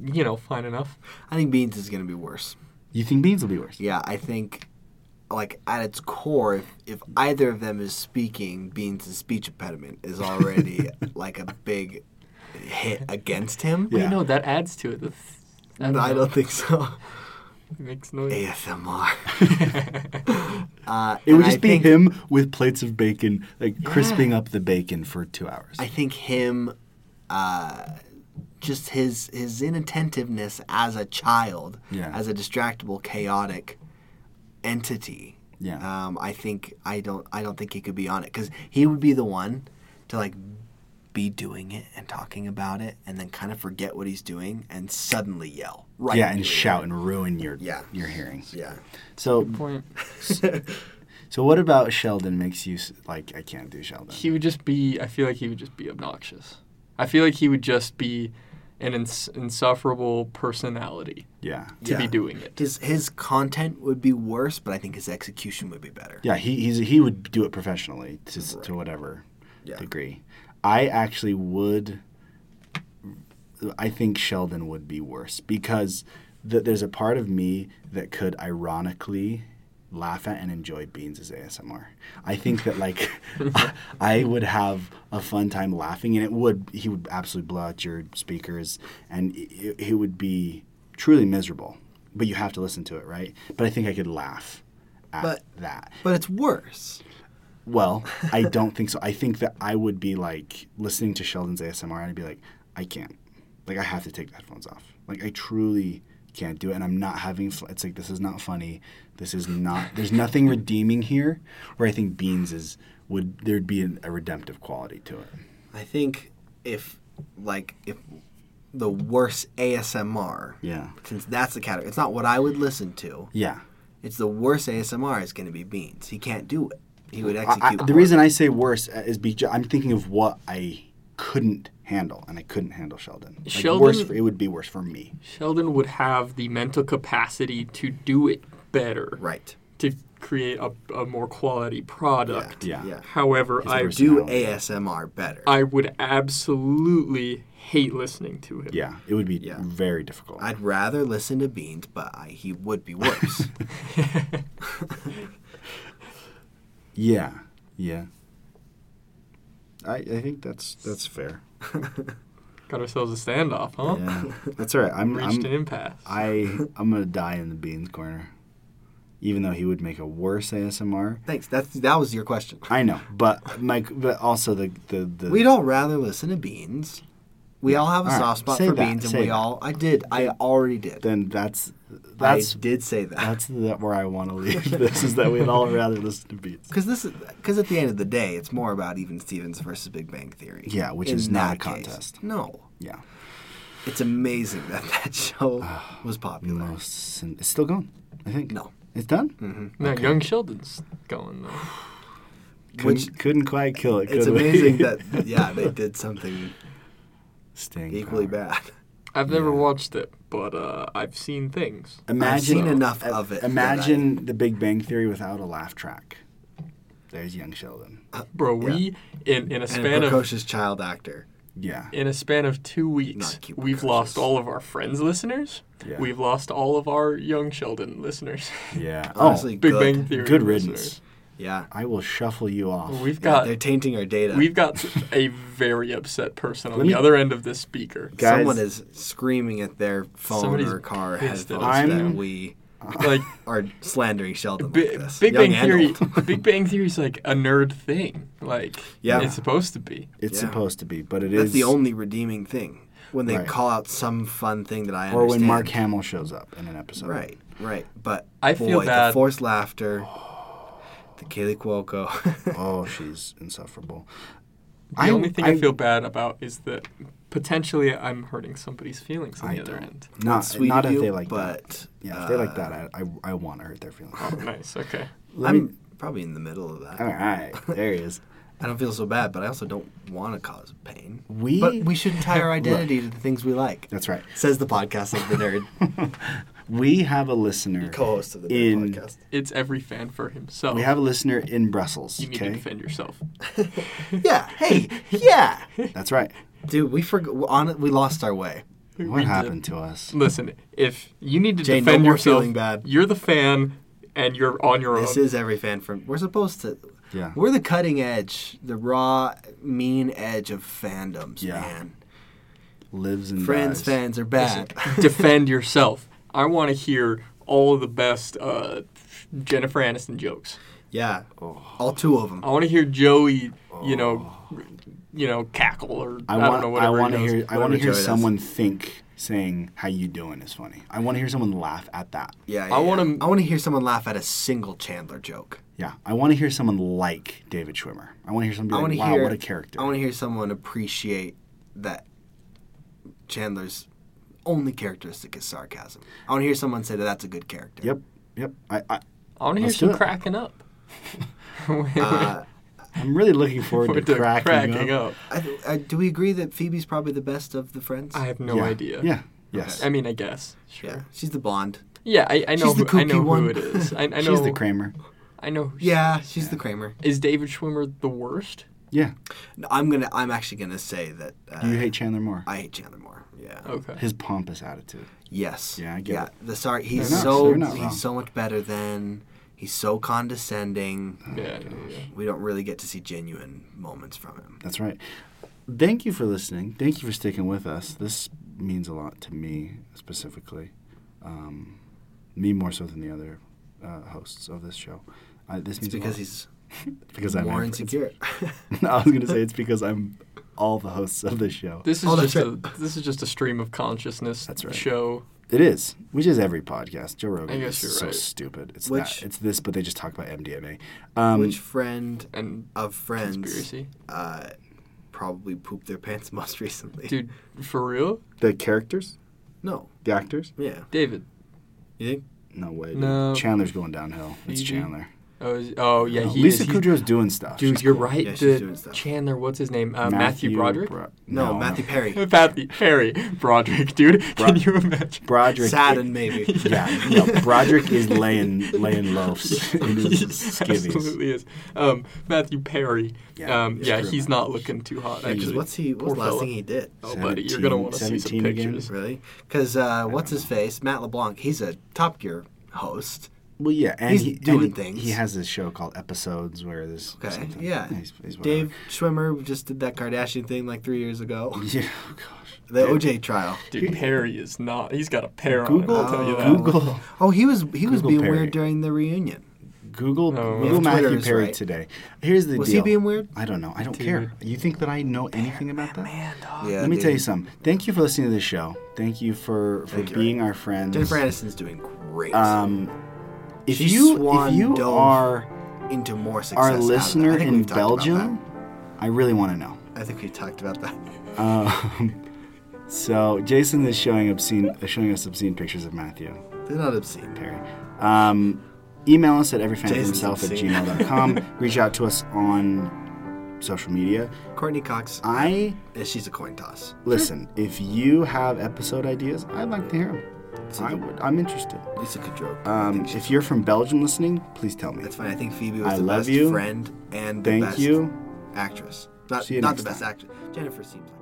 you know, fine enough.
I think Beans is gonna be worse.
[LAUGHS] you think Beans will be worse?
Yeah, I think, like at its core, if, if either of them is speaking, Beans' speech impediment
[LAUGHS]
is already like a big hit against him.
Yeah.
You know, that adds to it. That's,
No, I don't think so. [LAUGHS]
It makes
[LAUGHS]
noise.
ASMR. [LAUGHS] uh,
It
and
would
I
just be
think-
him with plates of bacon, like crisping up the bacon for two hours.
I think him, uh, just his his inattentiveness as a child,
Yeah.
as a distractible, chaotic entity.
yeah.
Um, I think I don't I don't think he could be on it because he would be the one to like be doing it and talking about it and then kind of forget what he's doing and suddenly yell right
yeah, and
into it.
shout and ruin your
Yeah.
your hearing.
yeah
So
Point.
[LAUGHS] so what about Sheldon makes you s- like I can't do Sheldon.
He would just be. I feel like he would just be obnoxious. I feel like he would just be an ins- insufferable personality
yeah.
to be
Yeah.
doing it.
his his content would be worse but I think his execution would be better
Yeah, he he's, he would do it professionally to s to whatever
Yeah.
degree. I actually would. I think Sheldon would be worse because th- there's a part of me that could ironically laugh at and enjoy Beans' ASMR. I think that
[LAUGHS]
like [LAUGHS] I would have a fun time laughing, and it would he would absolutely blow out your speakers, and it, it would be truly miserable. But you have to listen to it, right? But I think I could laugh at
But-
that.
but it's worse
Well, I don't think so. I think that I would be like listening to Sheldon's ASMR and I'd be like, I can't. Like, I have to take the headphones off. Like, I truly can't do it. And I'm not having, f- it's like, this is not funny. This is not, there's nothing redeeming here where I think Beans is, would, there'd be an, a redemptive quality to it.
I think if like if the worst ASMR
Yeah.
since that's the category it's not what I would listen to
Yeah.
it's the worst ASMR is going to be Beans he can't do it he would
I- I-
execute
the reason I say worse uh, is because I'm thinking of what I couldn't handle and I couldn't handle Sheldon. Like, worse
Sheldon-
for, it would be worse for me.
Sheldon would have the mental capacity to do it better.
right
To create a, a more quality product.
Yeah.
yeah
However, I
worse
do
personality.
ASMR better.
I
I,
would absolutely hate listening to him.
Yeah. It would be
Yeah.
very difficult.
would rather listen to Beans, but I, he would be worse.
[LAUGHS] Yeah, yeah. I I think that's that's
[LAUGHS]
fair.
Got ourselves a standoff, huh?
Yeah, that's all right. I'm,
Reached an
I'm
impasse.
I I'm gonna die in the beans corner, even though he would make a worse ASMR.
Thanks. That's that was your question.
I know, but Mike, but also the the, the
We'd all rather listen to Beans. We all have a
All right,
soft spot
say
for
that,
Beans, and
say
we
that.
all. I did. I already did.
then that's that's
I did say that
that's the, where I want to leave. [LAUGHS] this is that we'd all rather listen to beats.
because this is because at the end of the day, it's more about even Stevens versus Big Bang Theory.
Yeah, which
in
is not
that
a
case.
contest.
No,
Yeah,
it's amazing that that [LAUGHS] show was popular.
most sin- it's still going. I think
No. Mm.
it's done.
No, young Sheldon's going though.
Couldn't,
Which
couldn't quite kill it.
it's
could we?
amazing that yeah they did something
[LAUGHS] Staying
equally
power.
bad.
I've never watched it, but uh, I've seen things.
Imagine
seen enough of it that
Imagine The Big Bang Theory without a laugh track. There's young Sheldon.
Bro, we in, in a
And
span
a
of
precocious child actor.
Yeah,
in a span of two weeks,
Not cute
we've
precocious.
lost all of our friends listeners.
Yeah.
We've lost all of our young Sheldon listeners. [LAUGHS]
[LAUGHS]
yeah.
Honestly,
Big
good.
Bang
oh,
Theory.
good riddance.
listeners.
Yeah.
I will shuffle you off.
We've
Yeah,
got
they're tainting our data.
we've
[LAUGHS]
got a very upset person on
Let me-
the other end of this speaker.
Guys-
Someone is screaming at their phone
Somebody's
or car
pissed at
headphones
us.
that
I'm-
we
Like
are slandering Sheldon
Bi-
like this.
Big
Young
Bang
and
Theory.
old. [LAUGHS]
Big Bang Theory's like a nerd thing. Like
Yeah.
it's supposed to be.
it's
yeah.
supposed to be, but it is
That's the only redeeming thing when they
Right.
call out some fun thing that I
Or
understand.
when Mark Hamill shows up in an episode.
Right, right. But
I
boy,
feel
the
bad.
forced laughter, the Kaylee [LAUGHS] Cuoco.
Oh, she's insufferable.
The only thing I, feel bad about is that potentially I'm hurting somebody's feelings on
I
the other
don't.
end.
Not,
Sweet
not
of
if
you,
they like that.
but
Yeah, if they like
uh,
that, I, I, I want to hurt their feelings.
Nice. Okay.
Let me-
[LAUGHS] I'm probably in the middle of that.
all right, there he is.
I don't feel so bad, but I also don't want to cause pain.
We-
but we
[LAUGHS]
shouldn't tie our identity to the things we like.
That's right.
Says the podcast of the
[LAUGHS]
nerd,
We have a listener.
co-host of the nerd
In-
podcast.
It's every fan for himself.
We have a listener in Brussels.
you need to
Okay,
defend yourself.
[LAUGHS] Yeah. Hey. Yeah.
that's right.
Dude, we forgot. On we lost our way.
What happened to us?
Listen, if you need to
Jay, no
defend
more
yourself,
feeling bad.
you're the fan and you're on your
This
own.
is every fan from. We're supposed to.
Yeah.
We're the cutting edge, the raw, mean edge of fandoms,
Yeah.
man.
Lives and
Friends
dies.
fans are bad. [LAUGHS]
defend yourself. I want to hear all of the best uh, Jennifer Aniston jokes.
Yeah, Oh. all two of them.
Oh.
I want to hear Joey, you know, r- you know, cackle or I,
I want.
don't know whatever.
I
he
want to
does.
hear. I
whatever
want to hear
Joey does.
someone think saying "How you doing?" is funny. I want to hear someone laugh at that.
Yeah,
I wanna-
I want to hear someone laugh at a single Chandler joke.
Yeah, I want to hear someone like David Schwimmer. I want to hear
I
someone
want
be
to
like, "Wow,
hear
what a character!"
I want to hear someone appreciate that Chandler's only characteristic is sarcasm. I want to hear someone say that that's a good character.
Yep, yep. I, I,
I want to hear
Let's do
some
it. [LAUGHS]
cracking up. [LAUGHS]
Uh,
I'm really looking forward to
We're
cracking, up.
up.
I, th- I, do we agree that Phoebe's probably the best of the friends?
I have no
yeah.
idea.
Yeah. Yes.
I mean, I guess. Sure.
yeah, she's the blonde.
Yeah, I, I know.
She's the
who, I
kooky
know
one.
who it is. I, I
[LAUGHS]
know.
She's the Kramer.
I know. who she-
Yeah, she's the Kramer.
Is David Schwimmer the worst?
Yeah.
No, I'm gonna. I'm actually gonna say that. Uh,
You hate Chandler more.
I hate Chandler more. Yeah.
Oh, Okay.
His pompous attitude.
Yes.
Yeah, I get it.
The sorry, he's
not-
so
they're not wrong.
he's so much better than. He's so condescending.
yeah, yeah, yeah.
We don't really get to see genuine moments from him.
That's right. Thank you for listening. Thank you for sticking with us. This means a lot to me specifically, um, me more so than the other uh, hosts of this show. Uh, this
It's
means a
because
lot.
he's
because I'm
more
Amber- [LAUGHS]
insecure. [LAUGHS]
I was gonna say it's because I'm all the hosts of this show.
This is
Oh, that's
just a this is just a stream of consciousness
That's right.
show.
It is, which is every podcast. Joe Rogan
I guess
is
you're
so
right.
stupid. It's
Which-
that, it's this, but they just talk about MDMA. Um,
Which friend
and
of friends
conspiracy.
uh, probably pooped their pants [LAUGHS] most recently?
Dude, for real?
the characters,
No.
the actors?
Yeah.
David.
You think?
No way. dude.
No.
Chandler's going downhill. It's
Phoebe?
Chandler.
Oh, is, oh yeah,
No,
he
Lisa
is. he's-
Kudrow's doing stuff.
Dude,
She's
you're
cool.
right.
Yeah, she's doing
the
stuff.
Chandler, what's his name? Uh, Matthew, Broderick.
Bro-
No, Matthew Perry.
[LAUGHS] Matthew Perry Broderick, dude. Can you imagine?
Broderick.
Saddened, maybe.
Yeah,
[LAUGHS]
no, Broderick is laying laying loafs in his
He
skivvies.
absolutely is. Um, Matthew Perry.
Yeah,
Yeah, um,
he's
yeah
screwed
he's
up.
not looking too hot.
Yeah, 'cause
Actually,
What's he? What's
Poor
the last
fella.
thing he did?
Oh, buddy, you're gonna want to see some
17 again?
pictures.
Really? Because uh, what's his face? Matt LeBlanc. He's a Top Gear host.
Well, yeah, and
He's
he,
doing
and
things.
He has this show called Episodes where there's
Okay.
something.
Yeah.
he's, he's
Dave Schwimmer just did that Kardashian thing like three
[LAUGHS]
years ago.
whatever. Yeah, oh gosh.
The OJ trial.
Dude, Perry is not. He's got a pair
Google,
on him. I'll tell you that.
Google,
Oh, he was he was
Google
being
Perry.
weird during the reunion.
Google,
No.
Google
If
Matthew
Twitter is
Perry
right.
today. Here's the
Was
deal.
he being weird?
I don't know. I don't care. You think that I know anything about that?
Man, dog.
Yeah.
Let me tell you something. Thank you for listening to this show. Thank you for for
Thank you.
being our friends.
Jennifer Aniston's doing great
Um, if
She
you if
swan
you
dove
are
into more success.
our
out of that. I
listener
think
in
we've talked about
Belgium, I really want to know.
that. I think we talked about that. [LAUGHS]
Um, so Jason is showing obscene, uh, showing us obscene pictures of Matthew
They're not obscene.
Perry. Um, email us at
Jason's
everyfanhimself at
obscene. [LAUGHS]
gmail.com. Reach out to us on social media.
Courtney Cox,
I
eh, she's a coin toss.
listen. If you have episode ideas, I'd like to hear them. I would. I'm interested.
Lisa Kudrow. I
Um,
think she's-
if you're from Belgium listening, please tell me.
that's fine. I think Phoebe was
I
the
love
best
you.
friend and the
Thank
best
you.
actress. Not,
See you
not
next
the best
time.
actress. Jennifer seems like.